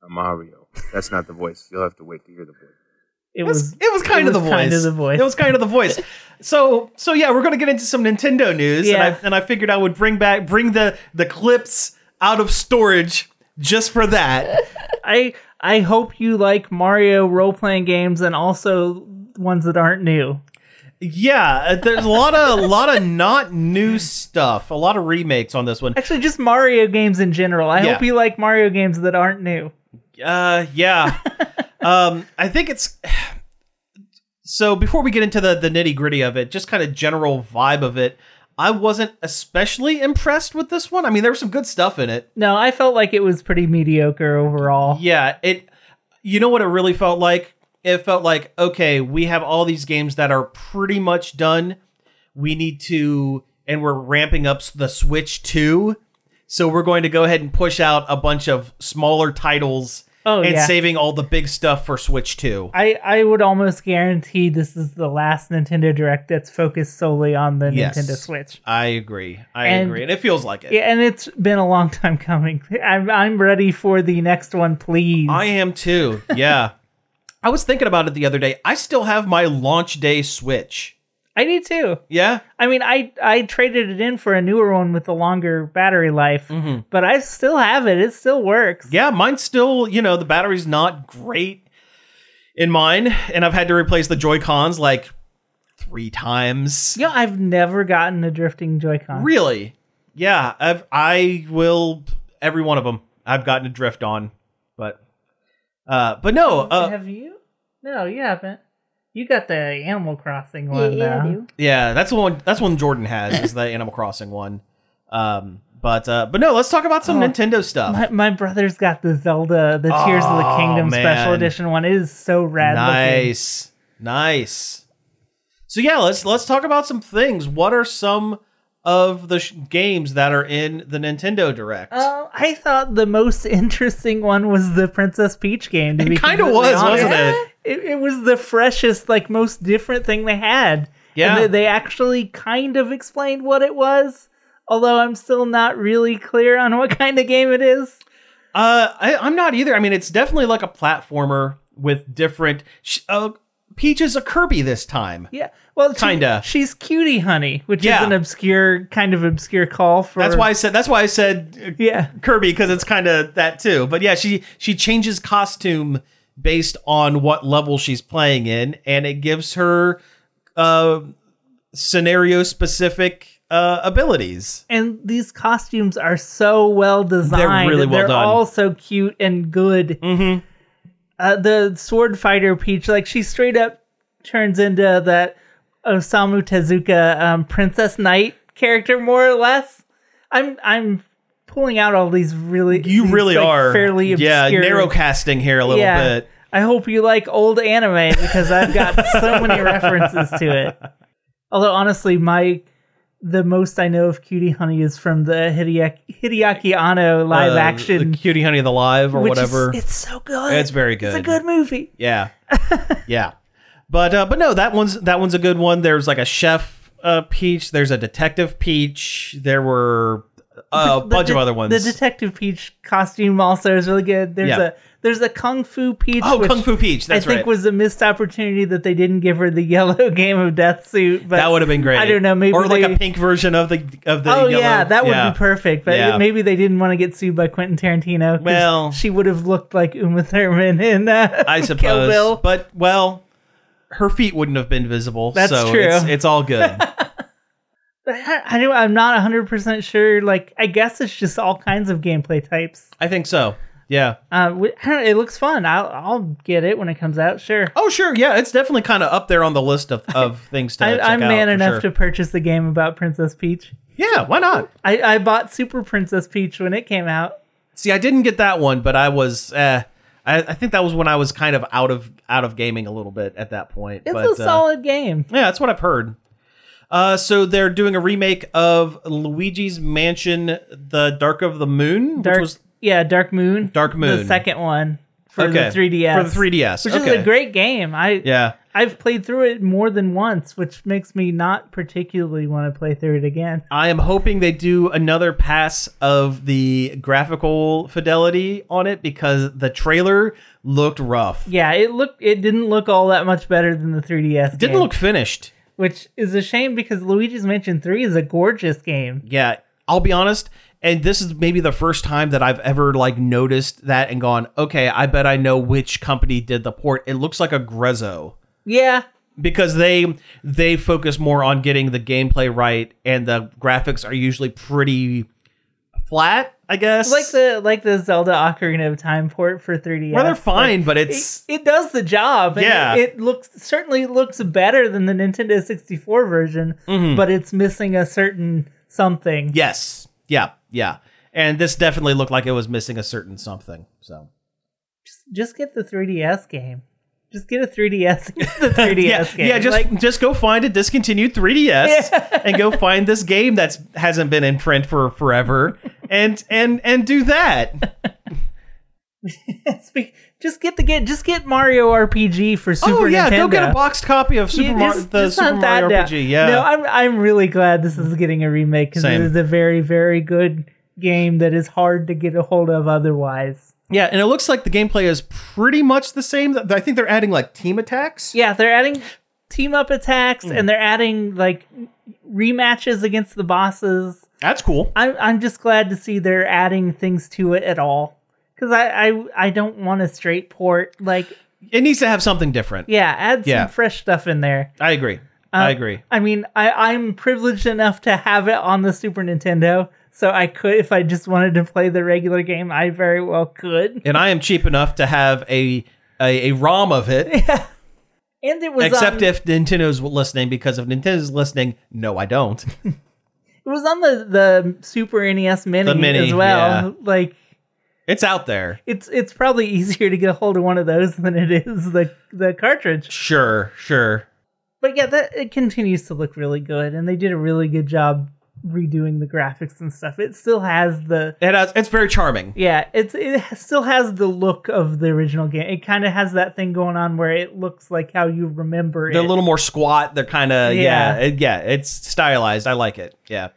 Speaker 8: I'm Mario. That's not the voice. You'll have to wait to hear the voice.
Speaker 2: It
Speaker 3: It was,
Speaker 2: was.
Speaker 3: it was kind
Speaker 2: it
Speaker 3: of
Speaker 2: was
Speaker 3: the voice.
Speaker 2: kind of the voice.
Speaker 3: It was kind of the voice.
Speaker 2: *laughs*
Speaker 3: So so yeah, we're gonna get into some Nintendo news.
Speaker 2: Yeah.
Speaker 3: And I and I figured I would bring back bring the the clips out of storage just for that.
Speaker 2: I I hope you like Mario role playing games and also ones that aren't new.
Speaker 3: yeah, uh, there's a lot of a lot of not new stuff. A lot of remakes on this one.
Speaker 2: Actually, just Mario games in general. I
Speaker 3: Yeah.
Speaker 2: hope you like Mario games that aren't new.
Speaker 3: Uh, yeah. um, I think it's so. Before we get into the the nitty gritty of it, just kind of general vibe of it. I wasn't especially impressed with this one. I mean, there was some good stuff in it.
Speaker 2: No, I felt like it was pretty mediocre overall.
Speaker 3: Yeah, it. You know what it really felt like? It felt like okay, we have all these games that are pretty much done. We need to, and we're ramping up the Switch too. So we're going to go ahead and push out a bunch of smaller titles
Speaker 2: Oh,
Speaker 3: and
Speaker 2: yeah.
Speaker 3: saving all the big stuff for Switch 2.
Speaker 2: I, I would almost guarantee this is the last Nintendo Direct that's focused solely on the
Speaker 3: Yes.
Speaker 2: Nintendo Switch.
Speaker 3: I agree. I
Speaker 2: And-
Speaker 3: agree. And it feels like it.
Speaker 2: Yeah, and it's been a long *laughs* time coming. I'm, I'm ready for the next one, please.
Speaker 3: I am too.
Speaker 2: *laughs*
Speaker 3: Yeah. I was thinking about it the other day. I still have my launch day Switch.
Speaker 2: I do too.
Speaker 3: Yeah.
Speaker 2: I mean, I I traded it in for a newer one with a longer battery life, but I still have it. It still works.
Speaker 3: Mm-hmm. Yeah. Mine's still, you know, the battery's not great in mine. And I've had to replace the Joy Cons like three times.
Speaker 2: You know, I've never gotten a drifting Joy-Con.
Speaker 3: Really? Yeah. I've, I will, every one of them I've gotten a drift on. But, uh, but no. Uh,
Speaker 2: have you? No, you haven't. You got the Animal Crossing
Speaker 4: Yeah,
Speaker 2: one
Speaker 4: yeah, I
Speaker 2: now.
Speaker 4: do.
Speaker 3: Yeah, that's the one. That's one Jordan has is
Speaker 2: *laughs*
Speaker 3: the Animal Crossing one. Um, but uh, but no, let's talk about some
Speaker 2: Oh,
Speaker 3: Nintendo stuff.
Speaker 2: My, my brother's got the Zelda, the Tears of the
Speaker 3: Oh,
Speaker 2: Kingdom special
Speaker 3: man.
Speaker 2: edition one. It is so rad looking.
Speaker 3: nice, nice. So yeah, let's let's talk about some things. What are some of the sh- games that are in the Nintendo Direct?
Speaker 2: Uh, I thought the most *laughs* interesting one was the Princess Peach game. To be
Speaker 3: it kind of
Speaker 2: completely
Speaker 3: was,
Speaker 2: honest.
Speaker 3: wasn't it?
Speaker 2: it, it was the freshest, like most different thing they had.
Speaker 3: Yeah.
Speaker 2: and they, they actually kind of explained what it was, although I'm still not really clear on what *laughs* kind of game it is.
Speaker 3: Uh, I, I'm not either. I mean, it's definitely like a platformer with different. Sh- uh, Peach is a Kirby this time.
Speaker 2: Yeah, well, she-
Speaker 3: Kinda.
Speaker 2: She's cutie honey, which
Speaker 3: Yeah.
Speaker 2: is an obscure kind of obscure call for.
Speaker 3: That's why I said. That's why I said uh,
Speaker 2: Yeah,
Speaker 3: Kirby because it's kind of that too. But yeah, she she changes costume based on what level she's playing in, and it gives her uh, scenario specific uh, abilities.
Speaker 2: and these costumes are so well designed.
Speaker 3: really well
Speaker 2: They're
Speaker 3: done.
Speaker 2: all so cute and good.
Speaker 3: Mm-hmm.
Speaker 2: uh, the sword fighter Peach, like she straight up turns into that Osamu Tezuka um, Princess Knight character, more or less. I'm I'm pulling out all these really
Speaker 3: You
Speaker 2: these,
Speaker 3: really
Speaker 2: like,
Speaker 3: are
Speaker 2: fairly obscure.
Speaker 3: yeah narrow casting here a little
Speaker 2: Yeah.
Speaker 3: bit.
Speaker 2: I hope you like old anime because I've got so
Speaker 3: *laughs*
Speaker 2: many references to it. Although honestly, my the most I know of Cutie Honey is from the Hideaki, Hideaki Anno live
Speaker 3: Uh,
Speaker 2: action,
Speaker 3: the cutie honey of the live or
Speaker 2: which is-
Speaker 3: whatever.
Speaker 2: it's so good.
Speaker 3: It's very
Speaker 2: It's a
Speaker 3: good.
Speaker 2: good movie.
Speaker 3: Yeah, yeah. But uh, but no, that one's that one's a good one. There's like a chef uh, peach. There's a detective peach. There were a bunch
Speaker 2: de-
Speaker 3: of other ones.
Speaker 2: The Detective Peach costume also is really good. There's
Speaker 3: Yeah.
Speaker 2: a there's a Kung Fu Peach.
Speaker 3: Oh,
Speaker 2: which
Speaker 3: Kung Fu Peach, that's
Speaker 2: I think
Speaker 3: right.
Speaker 2: was a missed opportunity that they didn't give her the *laughs* yellow Game of Death suit. But
Speaker 3: that would have been great.
Speaker 2: uh, I don't know. Maybe
Speaker 3: or like
Speaker 2: they-
Speaker 3: a pink version of the of the.
Speaker 2: Oh
Speaker 3: yellow-
Speaker 2: yeah, that would
Speaker 3: yeah.
Speaker 2: be perfect. But
Speaker 3: Yeah.
Speaker 2: maybe they didn't want to get sued by Quentin Tarantino. 'cause
Speaker 3: Well-
Speaker 2: she would have looked like Uma Thurman *laughs* in uh,
Speaker 3: I
Speaker 2: Kill Bill.
Speaker 3: suppose. But well, her feet wouldn't have been visible.
Speaker 2: That's
Speaker 3: so
Speaker 2: true.
Speaker 3: It's, it's all
Speaker 2: *laughs*
Speaker 3: good.
Speaker 2: I, I don't, I'm not 100 percent sure. Like I guess it's just all kinds of gameplay types.
Speaker 3: I think so. Yeah.
Speaker 2: Uh, we- I don't, it looks fun. I'll, I'll get it when it comes out. Sure.
Speaker 3: Oh sure. Yeah, it's definitely kind of up there on the list of, of things to.
Speaker 2: *laughs* I,
Speaker 3: check
Speaker 2: I'm
Speaker 3: out,
Speaker 2: man
Speaker 3: for
Speaker 2: enough
Speaker 3: sure.
Speaker 2: to purchase the game about Princess Peach.
Speaker 3: Yeah. Why not?
Speaker 2: I, I bought Super Princess Peach when it came out.
Speaker 3: See, I didn't get that one, but I was. Uh, I, I think that was when I was kind of out of out of gaming a little bit at that point.
Speaker 2: It's
Speaker 3: but,
Speaker 2: a
Speaker 3: uh,
Speaker 2: solid game.
Speaker 3: Yeah, that's what I've heard. Uh, so they're doing a remake of Luigi's Mansion: The Dark of the Moon,
Speaker 2: Dark,
Speaker 3: which was
Speaker 2: yeah, Dark Moon.
Speaker 3: Dark
Speaker 2: The
Speaker 3: Moon.
Speaker 2: second one for
Speaker 3: okay,
Speaker 2: the 3DS.
Speaker 3: For the 3DS,
Speaker 2: Which
Speaker 3: okay.
Speaker 2: is a great game. I
Speaker 3: Yeah,
Speaker 2: I've played through it more than once, which makes me not particularly want to play through it again.
Speaker 3: I am hoping they do another pass of the graphical fidelity on it because the trailer looked rough.
Speaker 2: Yeah, it looked it didn't look all that much better than the 3DS.
Speaker 3: Didn't
Speaker 2: game,
Speaker 3: look finished.
Speaker 2: which is a shame because Luigi's Mansion 3 is a gorgeous game.
Speaker 3: Yeah, I'll be honest. And this is maybe the first time that I've ever like noticed that and gone, okay, I bet I know which company did the port. It looks like a Grezzo.
Speaker 2: Yeah,
Speaker 3: because they they focus more on getting the gameplay right and the graphics are usually pretty flat i guess
Speaker 2: like the like the Zelda Ocarina of Time port for 3DS.
Speaker 3: well they're fine but
Speaker 2: It,
Speaker 3: it's
Speaker 2: it does the job. and
Speaker 3: Yeah.
Speaker 2: it, it looks certainly looks better than the Nintendo 64 version, but it's missing a certain something.
Speaker 3: yes Mm-hmm. yeah yeah and this definitely looked like it was missing a certain something so
Speaker 2: Just get the 3DS game. Just get a 3DS. It's *laughs* the 3DS
Speaker 3: *laughs* yeah,
Speaker 2: game.
Speaker 3: yeah just
Speaker 2: Like,
Speaker 3: just go find a discontinued 3ds *laughs* and go find this game that's hasn't been in print for forever and and and do that
Speaker 2: *laughs* speak- just get the get just get Mario RPG for Super
Speaker 3: oh yeah
Speaker 2: Nintendo.
Speaker 3: go get a boxed copy of super
Speaker 2: You
Speaker 3: mario
Speaker 2: just-
Speaker 3: the
Speaker 2: just
Speaker 3: super
Speaker 2: hunt that
Speaker 3: mario
Speaker 2: down.
Speaker 3: rpg yeah
Speaker 2: No, I'm I'm really glad this is getting a remake because it
Speaker 3: Same.
Speaker 2: is a very very good game that is hard to get a hold of otherwise.
Speaker 3: Yeah, and it looks like the gameplay is pretty much the same. Th- I think they're adding like team attacks.
Speaker 2: Yeah, they're adding team up attacks
Speaker 3: Hmm.
Speaker 2: and they're adding like rematches against the bosses.
Speaker 3: That's cool.
Speaker 2: I'm I'm just glad to see they're adding things to it at all because I, I I don't want a straight port. Like
Speaker 3: It needs to have something different.
Speaker 2: yeah, add
Speaker 3: Yeah. Uh,
Speaker 2: some fresh stuff in there.
Speaker 3: I agree. I
Speaker 2: Um,
Speaker 3: agree.
Speaker 2: I mean, I, I'm privileged enough to have it on the Super Nintendo, so I could, if I just wanted to play the regular game, I very well could.
Speaker 3: And I am cheap enough to have a a, a ROM of *laughs* it.
Speaker 2: And it was
Speaker 3: except
Speaker 2: on,
Speaker 3: if Nintendo's listening, because if Nintendo's listening, no, I don't.
Speaker 2: it was on the, the Super NES Mini,
Speaker 3: The Mini,
Speaker 2: as well.
Speaker 3: yeah.
Speaker 2: Like
Speaker 3: *laughs* it's out there.
Speaker 2: it's it's probably easier to get a hold of one of those than it is the the cartridge.
Speaker 3: Sure, sure.
Speaker 2: But yeah, that it continues to look really good, and they did a really good job redoing the graphics and stuff. It still has the
Speaker 3: It has, it's very charming.
Speaker 2: Yeah, it's it still has the look of the original game. It kind of has that thing going on where it looks like how you remember it.
Speaker 3: They're a little more squat. They're kind of yeah,
Speaker 2: Yeah.
Speaker 3: it- yeah. It's stylized. I like it. Yeah.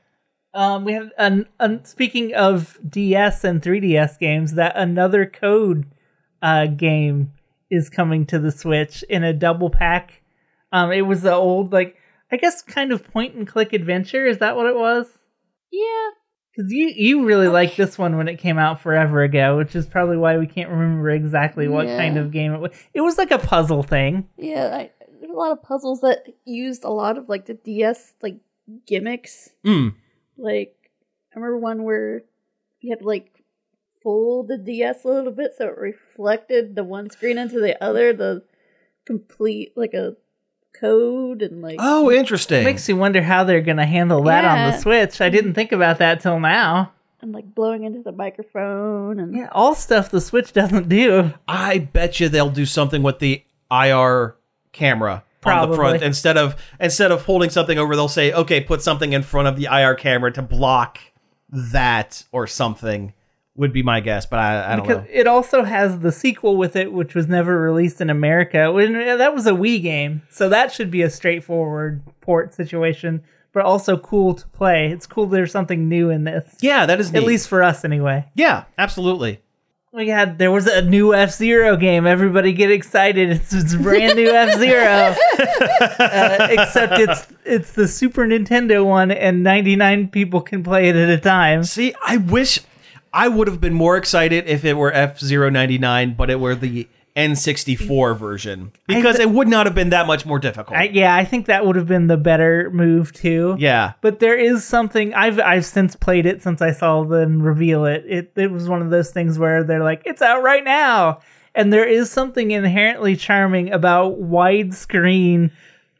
Speaker 2: um, we have an, an speaking of DS and 3DS games, that another code uh, game is coming to the Switch in a double pack. Um, it was the old like I guess kind of point and click adventure. Is that what it was?
Speaker 4: Yeah.
Speaker 2: Because you you really liked this one when it came out forever ago, which is probably why we can't remember exactly what
Speaker 4: Yeah.
Speaker 2: kind of game it was. It was like a puzzle thing.
Speaker 4: Yeah. I, there's a lot of puzzles that used a lot of like the DS like gimmicks.
Speaker 7: Hmm.
Speaker 3: Mm.
Speaker 4: Like I remember one where you had to like fold the DS a little bit so it reflected the one screen into the other, the complete like a code and like
Speaker 3: Oh, interesting.
Speaker 2: Makes you wonder how they're gonna handle that on the
Speaker 4: Yeah.
Speaker 2: Switch. I didn't think about that till now.
Speaker 4: and like blowing into the microphone and
Speaker 2: Yeah, all stuff the Switch doesn't do.
Speaker 3: I bet you they'll do something with the IR camera on the
Speaker 2: Probably.
Speaker 3: front instead of instead of holding something over. They'll say, "Okay, put something in front of the IR camera to block that or something." Would be my guess, but I, I don't
Speaker 2: Because
Speaker 3: know.
Speaker 2: it also has the sequel with it, which was never released in America. When- That was a Wii game, so that should be a straightforward port situation. but also cool to play. It's cool there's something new in this.
Speaker 3: Yeah, that is neat.
Speaker 2: At least for us, anyway.
Speaker 3: Yeah, absolutely.
Speaker 2: We had Oh there was a new F Zero game. Everybody get excited! It's, it's brand new
Speaker 3: *laughs*
Speaker 2: F Zero, uh, except it's it's the Super Nintendo one, and ninety nine people can play it at a time.
Speaker 3: See, I wish I would have been more excited if it were F 99 but it were the N64 version because it would not have been that much more difficult.
Speaker 2: I, yeah, I think that would have been the better move too.
Speaker 3: yeah.
Speaker 2: but there is something I've I've since played it since I saw them reveal it. It it was one of those things where they're like, it's out right now, and there is something inherently charming about widescreen,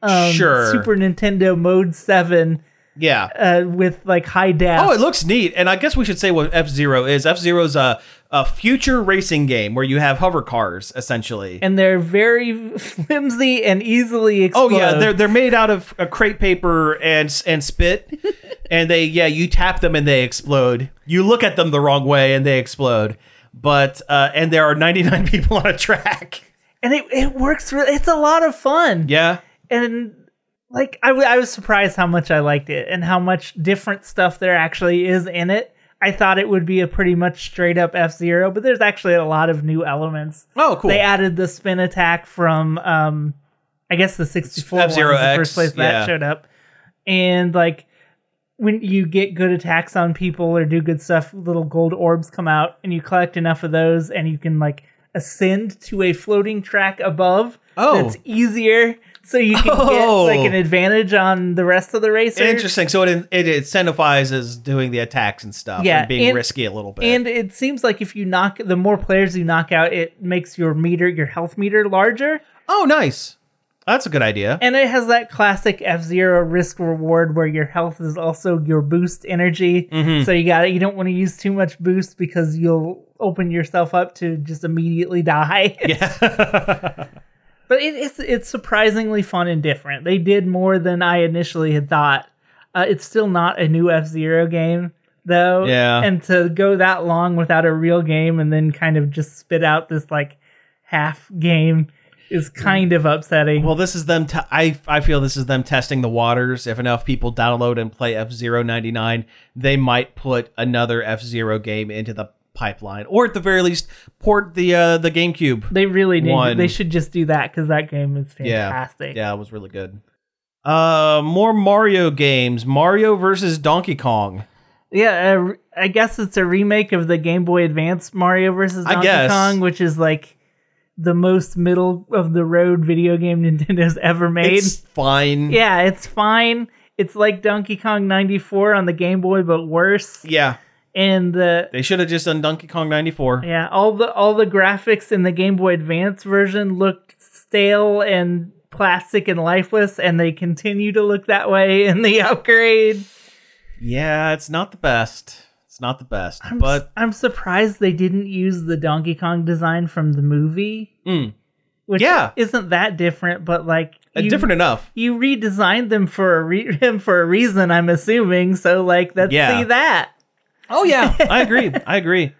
Speaker 2: um,
Speaker 3: Sure.
Speaker 2: Super Nintendo Mode Seven
Speaker 3: Yeah.
Speaker 2: uh, with like high def.
Speaker 3: Oh, it looks neat. And I guess we should say what F Zero is. F Zero is a, a future racing game where you have hover cars, essentially.
Speaker 2: and they're very *laughs* flimsy and easily
Speaker 3: oh,
Speaker 2: explode.
Speaker 3: yeah. They're, they're made out of uh, crepe paper and, s- and *laughs* spit. and they, yeah, you tap them and they explode. You look at them the wrong way and they explode. But, uh, and there are 99 *laughs* people on a track.
Speaker 2: and it, it works. Re- it's a lot of fun.
Speaker 3: Yeah.
Speaker 2: and like I, w- I was surprised how much I liked it and how much different stuff there actually is in it. I thought it would be a pretty much straight up F Zero, but there's actually a lot of new elements.
Speaker 3: Oh, cool.
Speaker 2: They added the spin attack from, um, I guess the 64 one was
Speaker 3: F-Zero
Speaker 2: the
Speaker 3: X,
Speaker 2: first place
Speaker 3: yeah.
Speaker 2: that showed up, and like when you get good attacks on people or do good stuff, little gold orbs come out, and you collect enough of those, and you can like ascend to a floating track above.
Speaker 3: Oh.
Speaker 2: that's easier, so you can
Speaker 3: Oh.
Speaker 2: get like an advantage on the rest of the racers.
Speaker 3: Interesting. So it it incentivizes doing the attacks and stuff,
Speaker 2: Yeah,
Speaker 3: and being
Speaker 2: and-
Speaker 3: risky a little bit.
Speaker 2: And it seems like if you knock the more players you knock out, it makes your meter, your health meter, larger.
Speaker 3: oh, nice. That's a good idea.
Speaker 2: And it has that classic F Zero risk reward where your health is also your boost energy. So you got to You don't want to use too much boost because you'll open yourself up to just immediately die. Yeah. *laughs* but it, it's it's surprisingly fun and different. They did more than I initially had thought. Uh, it's still not a new F Zero game though.
Speaker 3: Yeah.
Speaker 2: And to go that long without a real game and then kind of just spit out this like half game is kind of upsetting.
Speaker 3: well, this is them. T- I I feel this is them testing the waters. If enough people download and play F 99 they might put another F Zero game into the pipeline, or at the very least, port the uh, the GameCube.
Speaker 2: They really need.
Speaker 3: one.
Speaker 2: They should just do that because that game is
Speaker 3: Yeah.
Speaker 2: fantastic.
Speaker 3: Yeah, it was really good. Uh, more Mario games. Mario versus Donkey Kong.
Speaker 2: yeah. uh, I guess it's a remake of the Game Boy Advance Mario versus
Speaker 3: I
Speaker 2: Donkey
Speaker 3: guess.
Speaker 2: Kong, which is like the most middle of the road video game *laughs* Nintendo's ever made.
Speaker 3: It's fine.
Speaker 2: yeah, it's fine. It's like Donkey Kong '94 on the Game Boy, but worse.
Speaker 3: Yeah.
Speaker 2: And the
Speaker 3: They should have just done Donkey Kong 94.
Speaker 2: yeah, all the all the graphics in the Game Boy Advance version looked stale and plastic and lifeless, and they continue to look that way in the upgrade.
Speaker 3: Yeah, it's not the best. It's not the best.
Speaker 2: I'm
Speaker 3: but
Speaker 2: s- I'm surprised they didn't use the Donkey Kong design from the movie.
Speaker 3: Mm.
Speaker 2: Which
Speaker 3: Yeah.
Speaker 2: isn't that different, but like
Speaker 3: uh, different enough.
Speaker 2: You redesigned them for a re- *laughs* him for a reason, I'm assuming. So like, let's
Speaker 3: Yeah.
Speaker 2: see that.
Speaker 3: Oh yeah, I agree. I agree.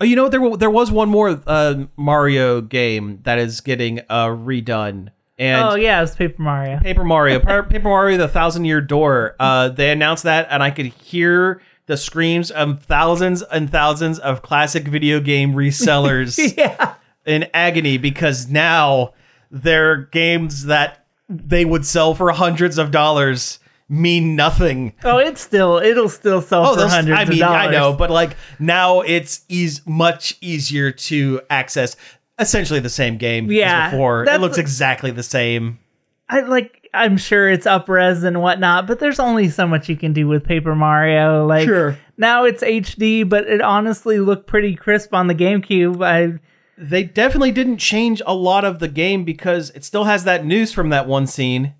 Speaker 3: Oh, you know what? There wa- there was one more uh, Mario game that is getting uh, redone. And
Speaker 2: oh yeah, it was Paper Mario.
Speaker 3: Paper Mario, Pa- Paper Mario: The Thousand Year Door. Uh, they announced that, and I could hear the screams of thousands and thousands of classic video game resellers
Speaker 2: *laughs* Yeah.
Speaker 3: in agony because now their games that they would sell for hundreds of dollars mean nothing.
Speaker 2: Oh, it's still it'll still sell for
Speaker 3: Oh, those-
Speaker 2: hundreds
Speaker 3: I mean,
Speaker 2: of dollars.
Speaker 3: I know, but like now it's eas much easier to access essentially the same game
Speaker 2: Yeah,
Speaker 3: as before. It
Speaker 2: that's-
Speaker 3: looks exactly the same.
Speaker 2: I like. I'm sure it's up res and whatnot, but there's only so much you can do with Paper Mario. Like
Speaker 3: Sure.
Speaker 2: now it's HD, but it honestly looked pretty crisp on the GameCube. I
Speaker 3: They definitely didn't change a lot of the game because it still has that news from that one scene.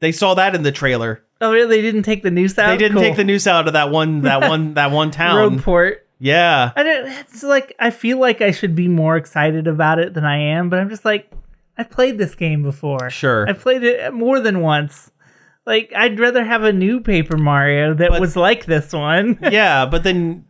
Speaker 3: They saw that in the trailer.
Speaker 2: Oh, really? They didn't take the noose out.
Speaker 3: They didn't
Speaker 2: Oh, Cool.
Speaker 3: take the news out of that one
Speaker 2: *laughs*
Speaker 3: that one that one town.
Speaker 2: road port.
Speaker 3: yeah.
Speaker 2: I don't. It's like I feel like I should be more excited about it than I am, but I'm just like I played this game before.
Speaker 3: Sure.
Speaker 2: I played it more than once. Like I'd rather have a new Paper Mario that
Speaker 3: But-
Speaker 2: was like this one. *laughs*
Speaker 3: yeah, but then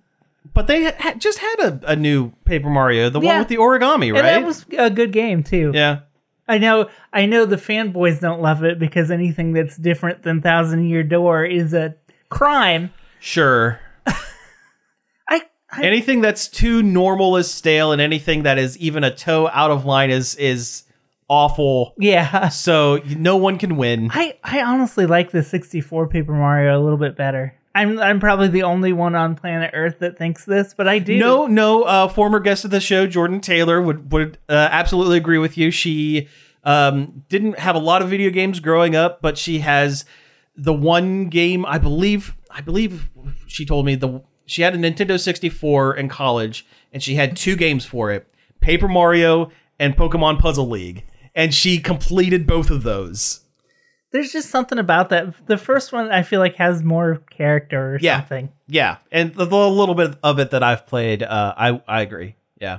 Speaker 3: but they ha- just had a, a new Paper Mario, the
Speaker 2: Yeah.
Speaker 3: one with the origami, right?
Speaker 2: And that was a good game too.
Speaker 3: yeah.
Speaker 2: I know, I know the fanboys don't love it because anything that's different than Thousand Year Door is a crime.
Speaker 3: Sure.
Speaker 2: I, I
Speaker 3: Anything that's too normal is stale, and anything that is even a toe out of line is is awful.
Speaker 2: yeah,
Speaker 3: So no one can win.
Speaker 2: I, I honestly like the 64 Paper Mario a little bit better. I'm, I'm probably the only one on planet Earth that thinks this, but I do.
Speaker 3: No, no. Uh, former guest of the show, Jordan Taylor, would would uh, absolutely agree with you. She um, didn't have a lot of video games growing up, but she has the one game I believe. I believe she told me the she had a Nintendo sixty four in college, and she had two games for it: Paper Mario and Pokemon Puzzle League. And she completed both of those.
Speaker 2: there's just something about that. The first one I feel like has more character or
Speaker 3: Yeah.
Speaker 2: something.
Speaker 3: Yeah, and the, the little bit of it that I've played, uh, I I agree. Yeah.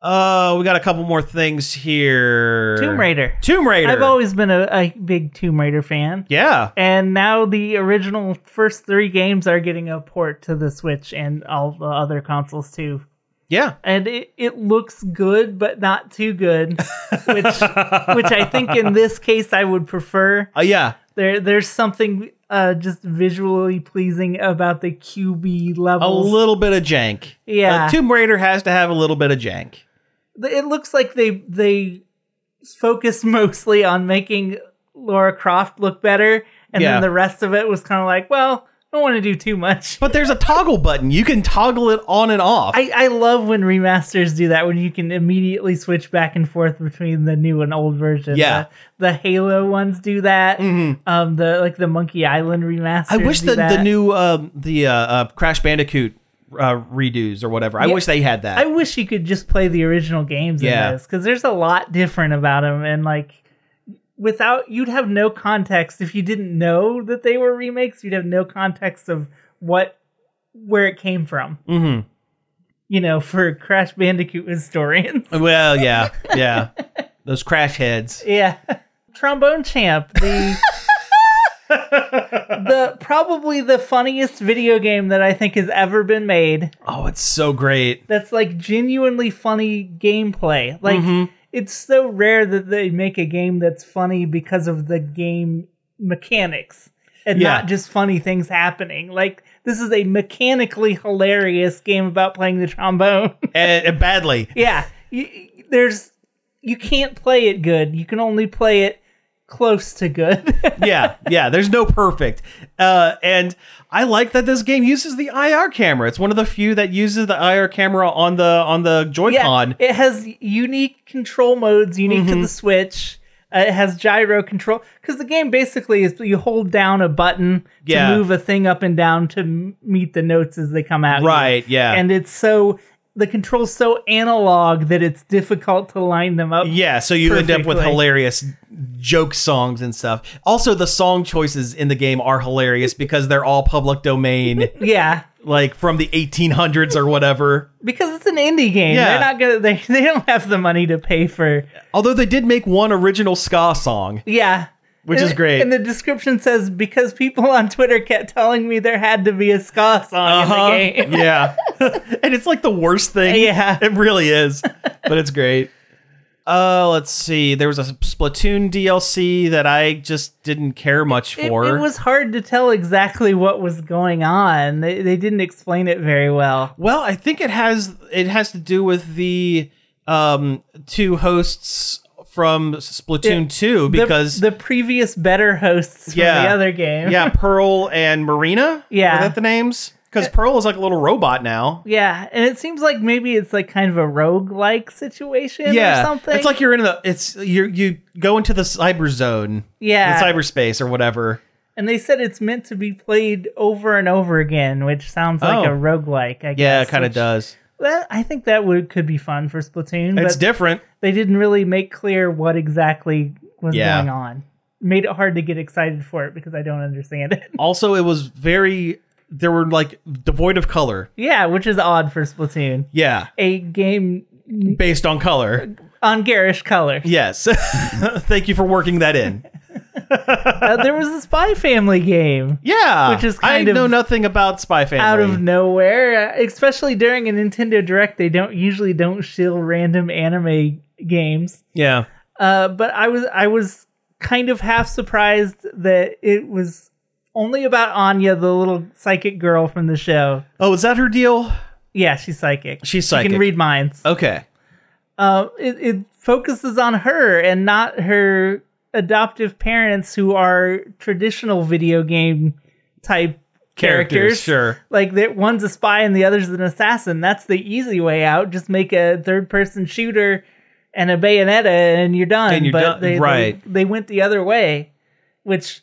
Speaker 3: Uh, we got a couple more things here.
Speaker 2: Tomb Raider.
Speaker 3: Tomb Raider.
Speaker 2: I've always been a, a big Tomb Raider fan.
Speaker 3: yeah.
Speaker 2: And now the original first three games are getting a port to the Switch and all the other consoles too.
Speaker 3: Yeah.
Speaker 2: And it, it looks good, but not too good,
Speaker 3: *laughs*
Speaker 2: which which I think in this case I would prefer.
Speaker 3: Uh, yeah.
Speaker 2: There there's something uh, just visually pleasing about the QB
Speaker 3: A
Speaker 2: levels.
Speaker 3: little bit of jank.
Speaker 2: Yeah.
Speaker 3: Uh, Tomb Raider has to have a little bit of jank.
Speaker 2: it looks like they they focused *laughs* mostly on making Laura Croft look better, and
Speaker 3: Yeah.
Speaker 2: then the rest of it was kind of like, well, I don't want to do too much. *laughs*
Speaker 3: But there's a toggle button. You can toggle it on and off.
Speaker 2: I, I love when remasters do that when you can immediately switch back and forth between the new and old version.
Speaker 3: Yeah. Mm-hmm.
Speaker 2: the, the Halo ones do that. Um, the like the Monkey Island remaster.
Speaker 3: I wish
Speaker 2: do
Speaker 3: the, the
Speaker 2: that.
Speaker 3: new um, the uh, uh, Crash Bandicoot uh, redos or whatever. I
Speaker 2: Yeah.
Speaker 3: wish they had that.
Speaker 2: I wish you could just play the original games
Speaker 3: Yeah.
Speaker 2: in this because there's a lot different about them, and like without you'd have no context if you didn't know that they were remakes. You'd have no context of what where it came from.
Speaker 3: mm-hmm.
Speaker 2: You know, for Crash Bandicoot historians. *laughs*
Speaker 3: Well, yeah, yeah. Those crash heads.
Speaker 2: Yeah. Trombone Champ,
Speaker 3: *laughs*
Speaker 2: the the probably the funniest video game that I think has ever been made.
Speaker 3: Oh, it's so great.
Speaker 2: That's like genuinely funny gameplay. Like it's so rare that they make a game that's funny because of the game mechanics and
Speaker 3: Yeah.
Speaker 2: not just funny things happening. Like this is a mechanically hilarious game about playing the trombone. *laughs*
Speaker 3: And, and badly.
Speaker 2: yeah, you, there's you can't play it good. You can only play it close to good. *laughs*
Speaker 3: Yeah, yeah. There's no perfect. Uh, and I like that this game uses the IR camera. It's one of the few that uses the IR camera on the on Mm-hmm. the Joy-Con.
Speaker 2: it has unique control modes unique to the Switch. Uh, it has gyro control because the game basically is you hold down a button
Speaker 3: Yeah.
Speaker 2: to move a thing up and down to m- meet the notes as they come out.
Speaker 3: Right, yeah.
Speaker 2: And it's so the control's so analog that it's difficult to line them up.
Speaker 3: yeah, so you end up with
Speaker 2: Perfectly.
Speaker 3: hilarious joke songs and stuff. Also, the song choices in the game are hilarious because they're all public
Speaker 2: *laughs*
Speaker 3: domain,
Speaker 2: Yeah.
Speaker 3: like from the 1800s or whatever.
Speaker 2: Because it's an indie game.
Speaker 3: Yeah.
Speaker 2: They're not gonna they, *laughs* they don't have the money to pay for
Speaker 3: Although they did make one original ska song.
Speaker 2: Yeah.
Speaker 3: Which is
Speaker 2: And-
Speaker 3: great.
Speaker 2: And the description says because people on Twitter kept telling me there had to be a ska song
Speaker 3: Uh-huh.
Speaker 2: in the game. *laughs*
Speaker 3: Yeah. *laughs* and it's like the worst thing.
Speaker 2: Yeah.
Speaker 3: It really
Speaker 2: *laughs*
Speaker 3: is. But it's great. Uh, let's see. There was a Splatoon DLC that I just didn't care much
Speaker 2: It,
Speaker 3: for.
Speaker 2: it was hard to tell exactly what was going on. They, they didn't explain it very well.
Speaker 3: well, I think it has it has to do with the um two hosts from Splatoon 2
Speaker 2: The-
Speaker 3: because
Speaker 2: the, previous better hosts
Speaker 3: Yeah.
Speaker 2: from the other game. *laughs*
Speaker 3: yeah, Pearl and Marina?
Speaker 2: Yeah. Uh,
Speaker 3: Are that the names? Cuz Pearl is like a little robot now.
Speaker 2: Yeah, and it seems like maybe it's like kind of a rogue-like situation or something.
Speaker 3: It's like you're in the it's you you go into the cyber zone.
Speaker 2: Yeah.
Speaker 3: The cyberspace or whatever.
Speaker 2: and they said it's meant to be played over and over again, which sounds like
Speaker 3: Oh.
Speaker 2: a roguelike, I guess.
Speaker 3: Yeah, it kind of
Speaker 2: which-
Speaker 3: does.
Speaker 2: That, I think that would could be fun for Splatoon,
Speaker 3: It's
Speaker 2: but
Speaker 3: different.
Speaker 2: they didn't really make clear what exactly was
Speaker 3: Yeah.
Speaker 2: going on. Made it hard to get excited for it because I don't understand it.
Speaker 3: Also, it was very there were like devoid of color.
Speaker 2: yeah, which is odd for Splatoon.
Speaker 3: Yeah,
Speaker 2: A game
Speaker 3: based on color.
Speaker 2: on
Speaker 3: *laughs*
Speaker 2: garish color.
Speaker 3: Yes. Thank you for working that in.
Speaker 2: Uh, there was a Spy Family game
Speaker 3: Yeah,
Speaker 2: Which is
Speaker 3: I
Speaker 2: kind of
Speaker 3: know nothing about Spy Family.
Speaker 2: out of nowhere, uh, especially during a Nintendo Direct. They don't usually don't shill random anime games.
Speaker 3: yeah,
Speaker 2: Uh, but I was I was kind of half surprised that it was only about Anya, the little psychic girl from the show.
Speaker 3: Oh, is that her deal?
Speaker 2: Yeah, she's psychic.
Speaker 3: She's
Speaker 2: She
Speaker 3: psychic.
Speaker 2: can read minds.
Speaker 3: Okay.
Speaker 2: Uh, it, it focuses on her and not her adoptive parents, who are traditional video game type characters.
Speaker 3: Sure.
Speaker 2: Like that one's a spy and the other's an assassin. That's the easy way out. Just make a third person shooter and a bayonetta and you're done.
Speaker 3: And you're
Speaker 2: but
Speaker 3: done-
Speaker 2: They,
Speaker 3: right.
Speaker 2: They, they went the other way, which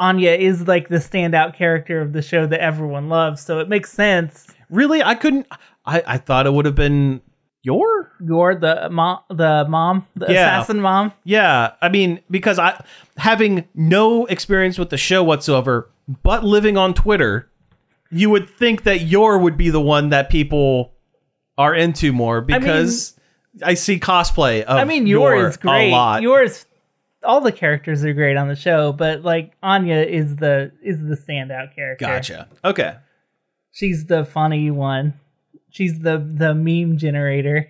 Speaker 2: Anya is like the standout character of the show that everyone loves. So it makes sense.
Speaker 3: Really? I couldn't. I, I thought it would have been your.
Speaker 2: You're the mom, the mom, the
Speaker 3: Yeah.
Speaker 2: assassin mom.
Speaker 3: Yeah. I mean, because I having no experience with the show whatsoever, but living on Twitter, you would think that your would be the one that people are into more because I, see cosplay of
Speaker 2: I mean, Yor
Speaker 3: Yor
Speaker 2: is great.
Speaker 3: a lot.
Speaker 2: Yours, all the characters are great on the show, but like Anya is the is the standout character.
Speaker 3: gotcha. Okay.
Speaker 2: She's the funny one. She's the the meme generator.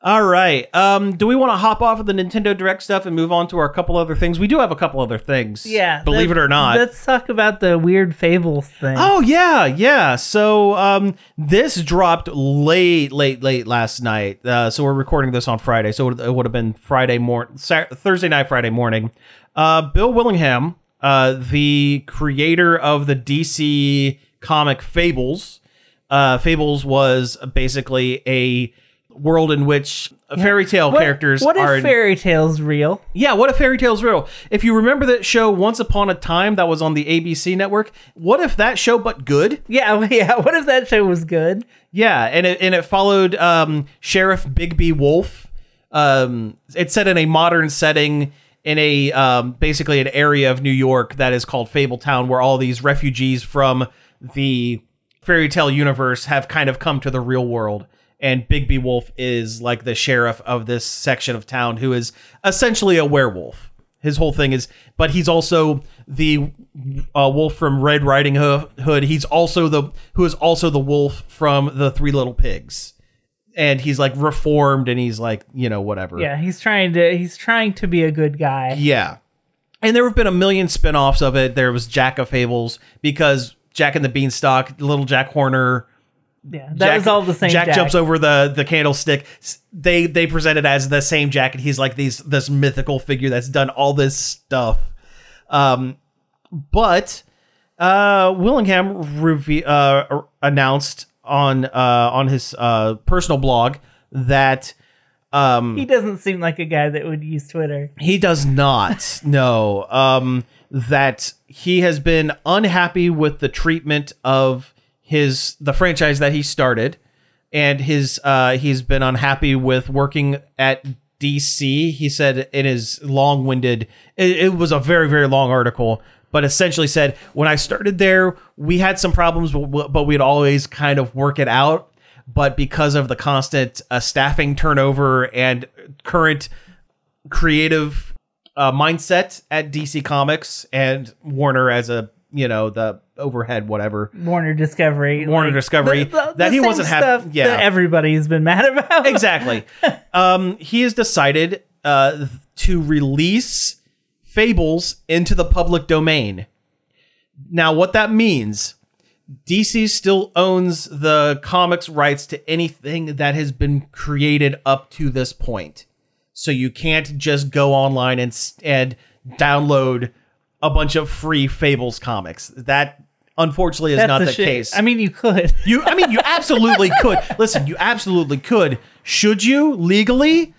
Speaker 3: All right. Um, do we want to hop off of the Nintendo Direct stuff and move on to our couple other things? We do have a couple other things.
Speaker 2: Yeah,
Speaker 3: Believe
Speaker 2: let-
Speaker 3: it or not.
Speaker 2: Let's talk about the weird fables thing.
Speaker 3: Oh yeah, yeah. So um, this dropped late, late, late last night. Uh, so we're recording this on Friday. So it would have been Friday morning, Thursday night, Friday morning. Uh, Bill Willingham, uh, the creator of the DC comic Fables. Uh, Fables was basically a world in which fairy tale
Speaker 2: What-
Speaker 3: characters
Speaker 2: What
Speaker 3: are
Speaker 2: if fairy tales real?
Speaker 3: yeah, what if fairy tales real? If you remember that show Once Upon a Time that was on the ABC network, what if that show but good?
Speaker 2: Yeah, *laughs* yeah. What if that show was good?
Speaker 3: Yeah, and it and it followed um, Sheriff Bigby Wolf. Um, it's set in a modern setting in a um, basically an area of New York that is called Fabletown, where all these refugees from the fairy tale universe have kind of come to the real world. And Bigby Wolf is like the sheriff of this section of town, who is essentially a werewolf. His whole thing is, but he's also the uh, wolf from Red Riding Ho- Hood. He's also the who is also the wolf from the Three Little Pigs, and he's like reformed, and he's like you know whatever.
Speaker 2: Yeah, he's trying to he's trying to be a good guy.
Speaker 3: Yeah. And there have been a million spin-offs of it. There was Jack of Fables because Jack and the Beanstalk, Little Jack Horner.
Speaker 2: Yeah, that
Speaker 3: Jack-
Speaker 2: was all the same.
Speaker 3: Jack, jumps over the the candlestick. S- They they present it as the same Jack, and he's like these this mythical figure that's done all this stuff. Um, but uh, Willingham reve- uh, r- announced on uh, on his uh, personal blog that um,
Speaker 2: He doesn't seem like a guy that would use Twitter.
Speaker 3: he does not. no. Um, that he has been unhappy with the treatment of his the franchise that he started, and his uh, he's been unhappy with working at DC. He said in his long winded. It, it was a very very long article. But essentially said, when I started there, we had some problems, but but we'd always kind of work it out. But because of the constant uh, staffing turnover and current creative uh, mindset at DC Comics and Warner as a you know the overhead whatever
Speaker 2: Warner Discovery.
Speaker 3: Warner
Speaker 2: like,
Speaker 3: Discovery
Speaker 2: the- the-
Speaker 3: that
Speaker 2: the
Speaker 3: he
Speaker 2: same
Speaker 3: wasn't
Speaker 2: stuff
Speaker 3: happy. Yeah,
Speaker 2: that everybody's been mad *laughs* about.
Speaker 3: exactly. um, he has decided uh, th- to release Fables into the public domain. Now, what that means, DC still owns the comics rights to anything that has been created up to this point. So you can't just go online and s- and download a bunch of free Fables comics. That unfortunately is
Speaker 2: That's
Speaker 3: not
Speaker 2: the
Speaker 3: the
Speaker 2: shit.
Speaker 3: case.
Speaker 2: I mean, you could. *laughs*
Speaker 3: You, I mean, you absolutely could. Listen, you absolutely could. Should you legally?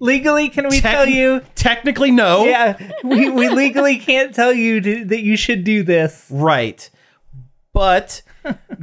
Speaker 2: legally, can we
Speaker 3: Tec-
Speaker 2: tell you?
Speaker 3: Technically, no.
Speaker 2: Yeah, we, we legally can't tell you to, that you should do this.
Speaker 3: Right. But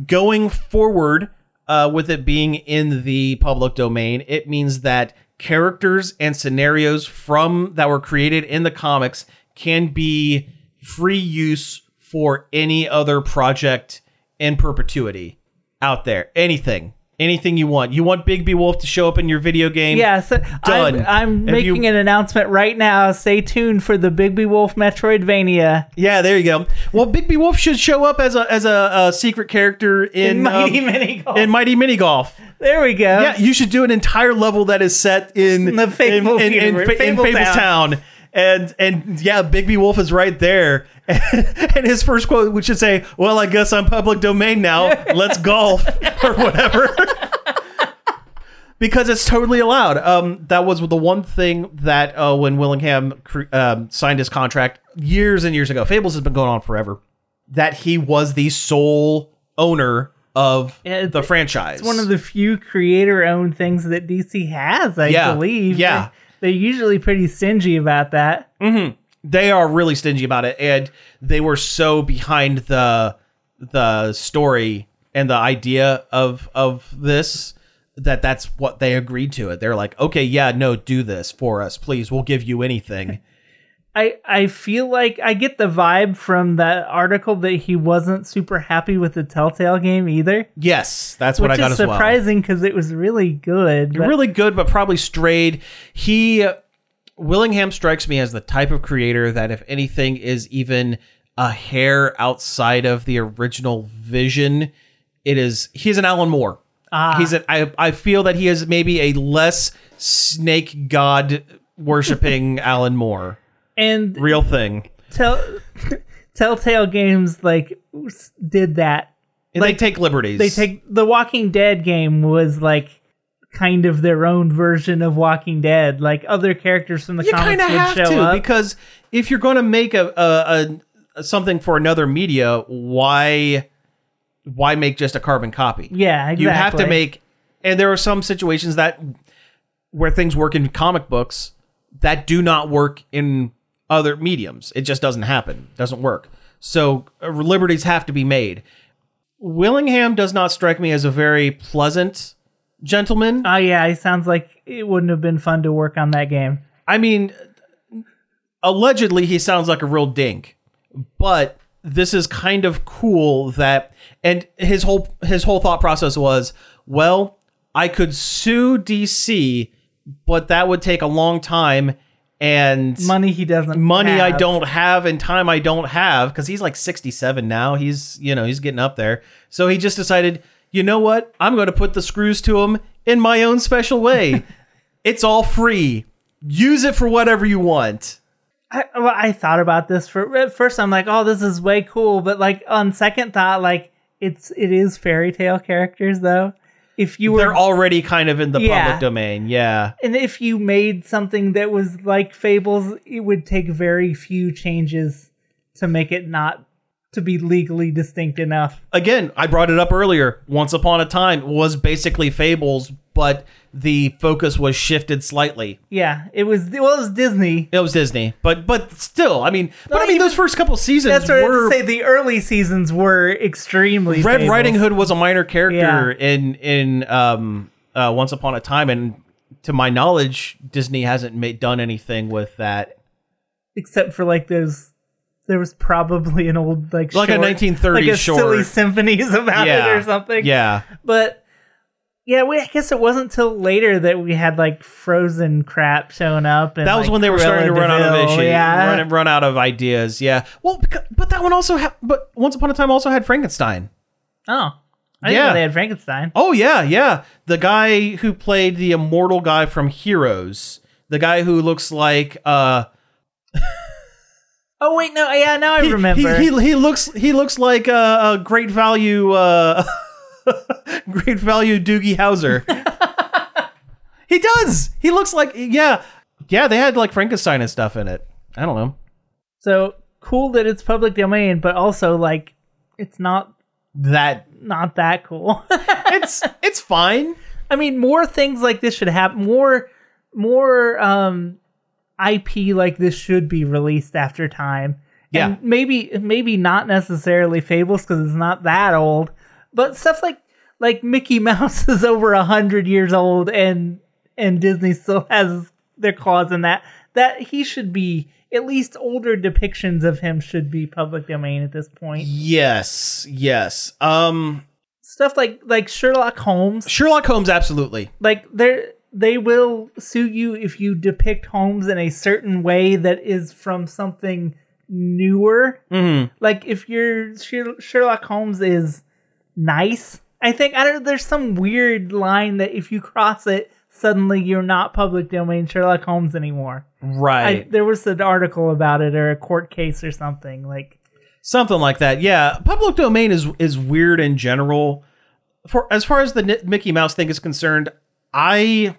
Speaker 3: going forward, uh, with it being in the public domain, it means that characters and scenarios from that were created in the comics can be free use for any other project in perpetuity out there. Anything. Anything you want. You want Big B Wolf to show up in your video game?
Speaker 2: Yeah, so
Speaker 3: Done.
Speaker 2: I'm, I'm
Speaker 3: If you-
Speaker 2: making an announcement right now. Stay tuned for the Bigby Wolf Metroidvania
Speaker 3: Yeah, there you go. Well, Bigby Wolf should show up as a as a, uh secret character in
Speaker 2: in Mighty
Speaker 3: um,
Speaker 2: Mini Golf.
Speaker 3: in Mighty Mini Golf.
Speaker 2: There we go.
Speaker 3: Yeah, you should do an entire level that is set in
Speaker 2: The Fable
Speaker 3: in, in, in,
Speaker 2: universe,
Speaker 3: in
Speaker 2: Fable
Speaker 3: Fabletown. And and yeah, Bigby Wolf is right there. *laughs* And his first quote we should say, Well, I guess I'm public domain now. Let's
Speaker 2: *laughs*
Speaker 3: golf or whatever. because it's totally allowed. Um, that was the one thing that uh, when Willingham cr- um, signed his contract years and years ago, Fables has been going on forever, that he was the sole owner of
Speaker 2: Yeah, it's-
Speaker 3: the franchise.
Speaker 2: It's one of the few creator owned things that DC has, I
Speaker 3: Yeah.
Speaker 2: believe.
Speaker 3: Yeah.
Speaker 2: They, are usually pretty stingy about that.
Speaker 3: they are really stingy about it and they were so behind the the story and the idea of of this that that's what they agreed to it they're like okay yeah no do this for us please we'll give you
Speaker 2: *laughs*
Speaker 3: anything
Speaker 2: I, I feel like I get the vibe from that article that he wasn't super happy with the Telltale game either.
Speaker 3: yes that's what
Speaker 2: which
Speaker 3: i got
Speaker 2: is
Speaker 3: as well
Speaker 2: surprising because it was really good. but-
Speaker 3: really good but probably strayed he willingham strikes me as the type of creator that if anything is even a hair outside of the original vision it is he's an alan moore
Speaker 2: ah,
Speaker 3: He's an, I, I feel that he is maybe a less snake god worshipping *laughs* Alan Moore.
Speaker 2: and
Speaker 3: Real thing.
Speaker 2: tell, *laughs* Telltale games like s- did that.
Speaker 3: And they take liberties.
Speaker 2: They take the Walking Dead game was like kind of their own version of Walking Dead. Like other characters from the
Speaker 3: You kind
Speaker 2: comics
Speaker 3: of
Speaker 2: would
Speaker 3: have
Speaker 2: show
Speaker 3: to
Speaker 2: up.
Speaker 3: because if you're going to make a, a, a something for another media, why why make just a carbon copy?
Speaker 2: yeah, exactly.
Speaker 3: You have to make, and there are some situations that where things work in comic books that do not work in other mediums. It just doesn't happen. Doesn't work. So uh, liberties have to be made. Willingham does not strike me as a very pleasant gentleman.
Speaker 2: Oh yeah, it sounds like it wouldn't have been fun to work on that game.
Speaker 3: I mean, allegedly he sounds like a real dink, but this is kind of cool that and his whole his whole thought process was, well, I could sue DC, but that would take a long time and
Speaker 2: Money he doesn't.
Speaker 3: money I
Speaker 2: have.
Speaker 3: don't have and time I don't have because he's like 67 now. He's, you know, he's getting up there. So he just decided, you know what? I'm going to put the screws to him in my own special
Speaker 2: *laughs*
Speaker 3: way. it's all free. Use it for whatever you want.
Speaker 2: I, well, I thought about this for at first. I'm like, oh, this is way cool, but like on second thought, like it's it is fairy tale characters though. If you were
Speaker 3: They're already kind of in the
Speaker 2: Yeah.
Speaker 3: public domain. Yeah.
Speaker 2: and if you made something that was like fables, it would take very few changes to make it not to be legally distinct enough.
Speaker 3: Again, I brought it up earlier. Once Upon a Time was basically Fables, but the focus was shifted slightly.
Speaker 2: Yeah, it was well, it was Disney.
Speaker 3: It was Disney, but but still, I mean, but
Speaker 2: Not
Speaker 3: I mean,
Speaker 2: even-
Speaker 3: those first couple seasons
Speaker 2: That's what
Speaker 3: were
Speaker 2: I say. The early seasons were extremely
Speaker 3: Red
Speaker 2: Fables.
Speaker 3: Riding Hood was a minor character in in um, uh, Once Upon a Time, and to my knowledge, Disney hasn't made, done anything with that.
Speaker 2: except for like those there was probably an old like
Speaker 3: Like a
Speaker 2: short-
Speaker 3: 1930s
Speaker 2: like a silly
Speaker 3: short.
Speaker 2: symphonies *laughs* about it or something
Speaker 3: Yeah,
Speaker 2: but yeah we, i guess it wasn't till later that we had like frozen crap showing up and
Speaker 3: that was
Speaker 2: like,
Speaker 3: when they were starting to
Speaker 2: Cruella
Speaker 3: run out
Speaker 2: de
Speaker 3: of
Speaker 2: Vil,
Speaker 3: issues,
Speaker 2: yeah
Speaker 3: run, run out of ideas. Yeah, well, beca- but that one also, ha- but Once Upon a Time also had Frankenstein.
Speaker 2: oh i didn't
Speaker 3: Yeah.
Speaker 2: know they had frankenstein
Speaker 3: Oh yeah, yeah, the guy who played the immortal guy from Heroes, the guy who looks like uh,
Speaker 2: oh wait no yeah now i
Speaker 3: he,
Speaker 2: remember
Speaker 3: He, he, he looks he looks like a, a great value uh, *laughs* great value Doogie
Speaker 2: *laughs*
Speaker 3: Howser. he does. He looks like yeah yeah. They had like Frankenstein and stuff in it. I don't know.
Speaker 2: so cool that it's public domain but also like it's not
Speaker 3: That
Speaker 2: not that cool *laughs*
Speaker 3: it's it's fine.
Speaker 2: I mean, more things like this should happen. More, more um, IP like this should be released after time.
Speaker 3: Yeah.
Speaker 2: and maybe maybe not necessarily Fables because it's not that old, but stuff like like Mickey Mouse *laughs* is over a hundred years old, and and Disney still has their claws in that. That he should be at least older depictions of him should be public domain at this point.
Speaker 3: Yes, yes. Um,
Speaker 2: Stuff like like Sherlock Holmes
Speaker 3: Sherlock Holmes, absolutely.
Speaker 2: like they're they will sue you if you depict Holmes in a certain way that is from something newer.
Speaker 3: Mhm.
Speaker 2: Like if your Sher- Sherlock Holmes is nice, I think I don't. There's some weird line that if you cross it, suddenly you're not public domain Sherlock Holmes anymore. I,
Speaker 3: Right.
Speaker 2: there was an article about it or a court case or something like.
Speaker 3: Something like that. Yeah. Public domain is is weird in general. For as far as the Ni- Mickey Mouse thing is concerned, I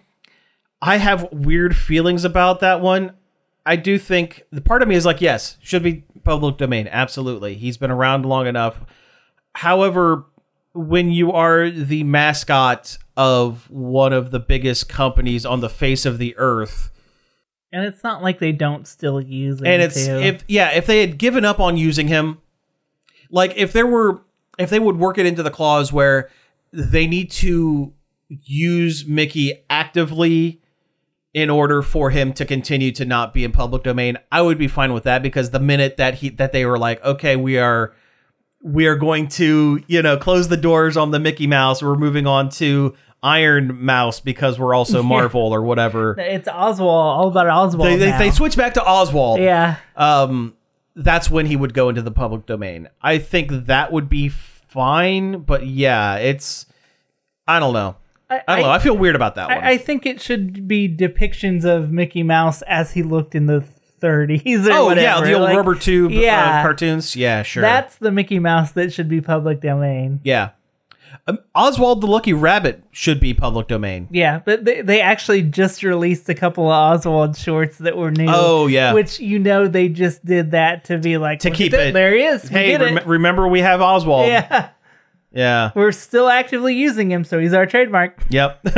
Speaker 3: I have weird feelings about that one. I do think the part of me is like, yes, should be public domain. Absolutely. He's been around long enough. However, when you are the mascot of one of the biggest companies on the face of the earth,
Speaker 2: And it's not like they don't still use it.
Speaker 3: and it's
Speaker 2: too.
Speaker 3: if yeah if they had given up on using him like if there were if they would work it into the clause where they need to use mickey actively in order for him to continue to not be in public domain i would be fine with that because the minute that he that they were like okay we are we are going to you know close the doors on the mickey mouse we're moving on to iron mouse because we're
Speaker 2: *laughs*
Speaker 3: also marvel or whatever
Speaker 2: it's Oswald, all about Oswald.
Speaker 3: they, they,
Speaker 2: now.
Speaker 3: they switch back to oswald
Speaker 2: yeah.
Speaker 3: um, that's when he would go into the public domain. I think that would be fine, but yeah, it's I don't know. I don't know. I feel weird about that one.
Speaker 2: I, I think it should be depictions of Mickey Mouse as he looked in the 30s or
Speaker 3: oh yeah,
Speaker 2: whatever.
Speaker 3: the old
Speaker 2: Like,
Speaker 3: rubber tube
Speaker 2: yeah.
Speaker 3: uh, cartoons. Yeah, sure.
Speaker 2: That's the Mickey Mouse that should be public domain.
Speaker 3: yeah. Um, Oswald the Lucky Rabbit should be public domain.
Speaker 2: Yeah, but they, they actually just released a couple of Oswald shorts that were new.
Speaker 3: Oh, yeah.
Speaker 2: Which, you know, they just did that to be like,
Speaker 3: To
Speaker 2: "Look
Speaker 3: keep
Speaker 2: at that,
Speaker 3: it-
Speaker 2: There he is. We
Speaker 3: Hey,
Speaker 2: did it."
Speaker 3: rem- remember we have Oswald.
Speaker 2: Yeah.
Speaker 3: Yeah.
Speaker 2: We're still actively using him, so he's our trademark.
Speaker 3: Yep. *laughs*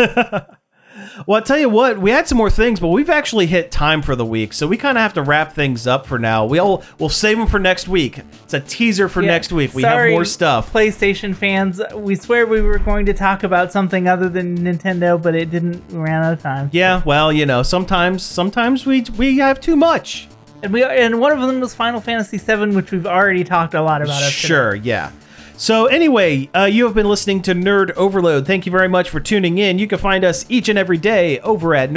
Speaker 3: well, I tell you what, we had some more things, but we've actually hit time for the week, so we kind of have to wrap things up for now. We'll we'll save them for next week. It's a teaser for
Speaker 2: Yeah.
Speaker 3: next week. We
Speaker 2: Sorry,
Speaker 3: have more stuff.
Speaker 2: PlayStation fans, we swear we were going to talk about something other than Nintendo, but it didn't. We ran out of time.
Speaker 3: Yeah, well, you know, sometimes sometimes we we have too much.
Speaker 2: And we and one of them was Final Fantasy VII, which we've already talked a lot about. up to
Speaker 3: Sure, yeah. So, anyway, uh, you have been listening to Nerd Overload. Thank you very much for tuning in. You can find us each and every day over at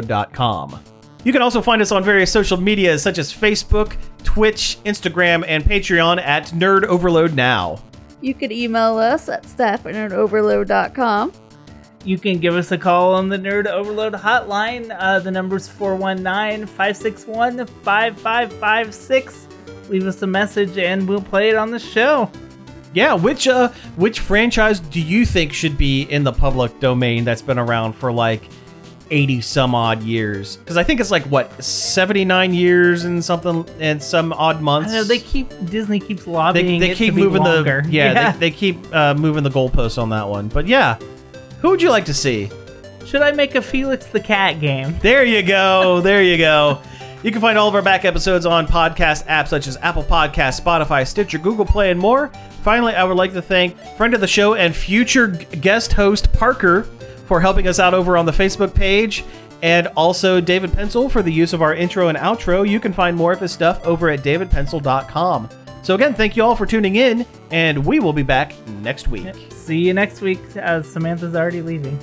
Speaker 3: nerdoverload.com. You can also find us on various social media such as Facebook, Twitch, Instagram, and Patreon at Nerd Overload Now.
Speaker 4: You could email us at staff at nerdoverload.com.
Speaker 2: You can give us a call on the Nerd Overload hotline. Uh, the number's 419 561 5556. Leave us a message and we'll play it on the show.
Speaker 3: Yeah, which uh, which franchise do you think should be in the public domain that's been around for like eighty some odd years? Because I think it's like what seventy nine years and something and some odd
Speaker 2: I
Speaker 3: months.
Speaker 2: know they keep Disney keeps
Speaker 3: they,
Speaker 2: lobbying.
Speaker 3: they
Speaker 2: it
Speaker 3: keep
Speaker 2: to be
Speaker 3: moving
Speaker 2: longer.
Speaker 3: the yeah, They, they keep uh, moving the goalposts on that one but yeah who would you like to see
Speaker 2: Should I make a Felix the Cat game?
Speaker 3: there you go there you go you can find all of our back episodes on podcast apps such as apple Podcasts, spotify stitcher google play and more finally i would like to thank friend of the show and future g- guest host parker for helping us out over on the facebook page and also david pencil for the use of our intro and outro you can find more of his stuff over at davidpencil.com so again thank you all for tuning in and we will be back next week
Speaker 2: See you next week. Uh, Samantha's already leaving.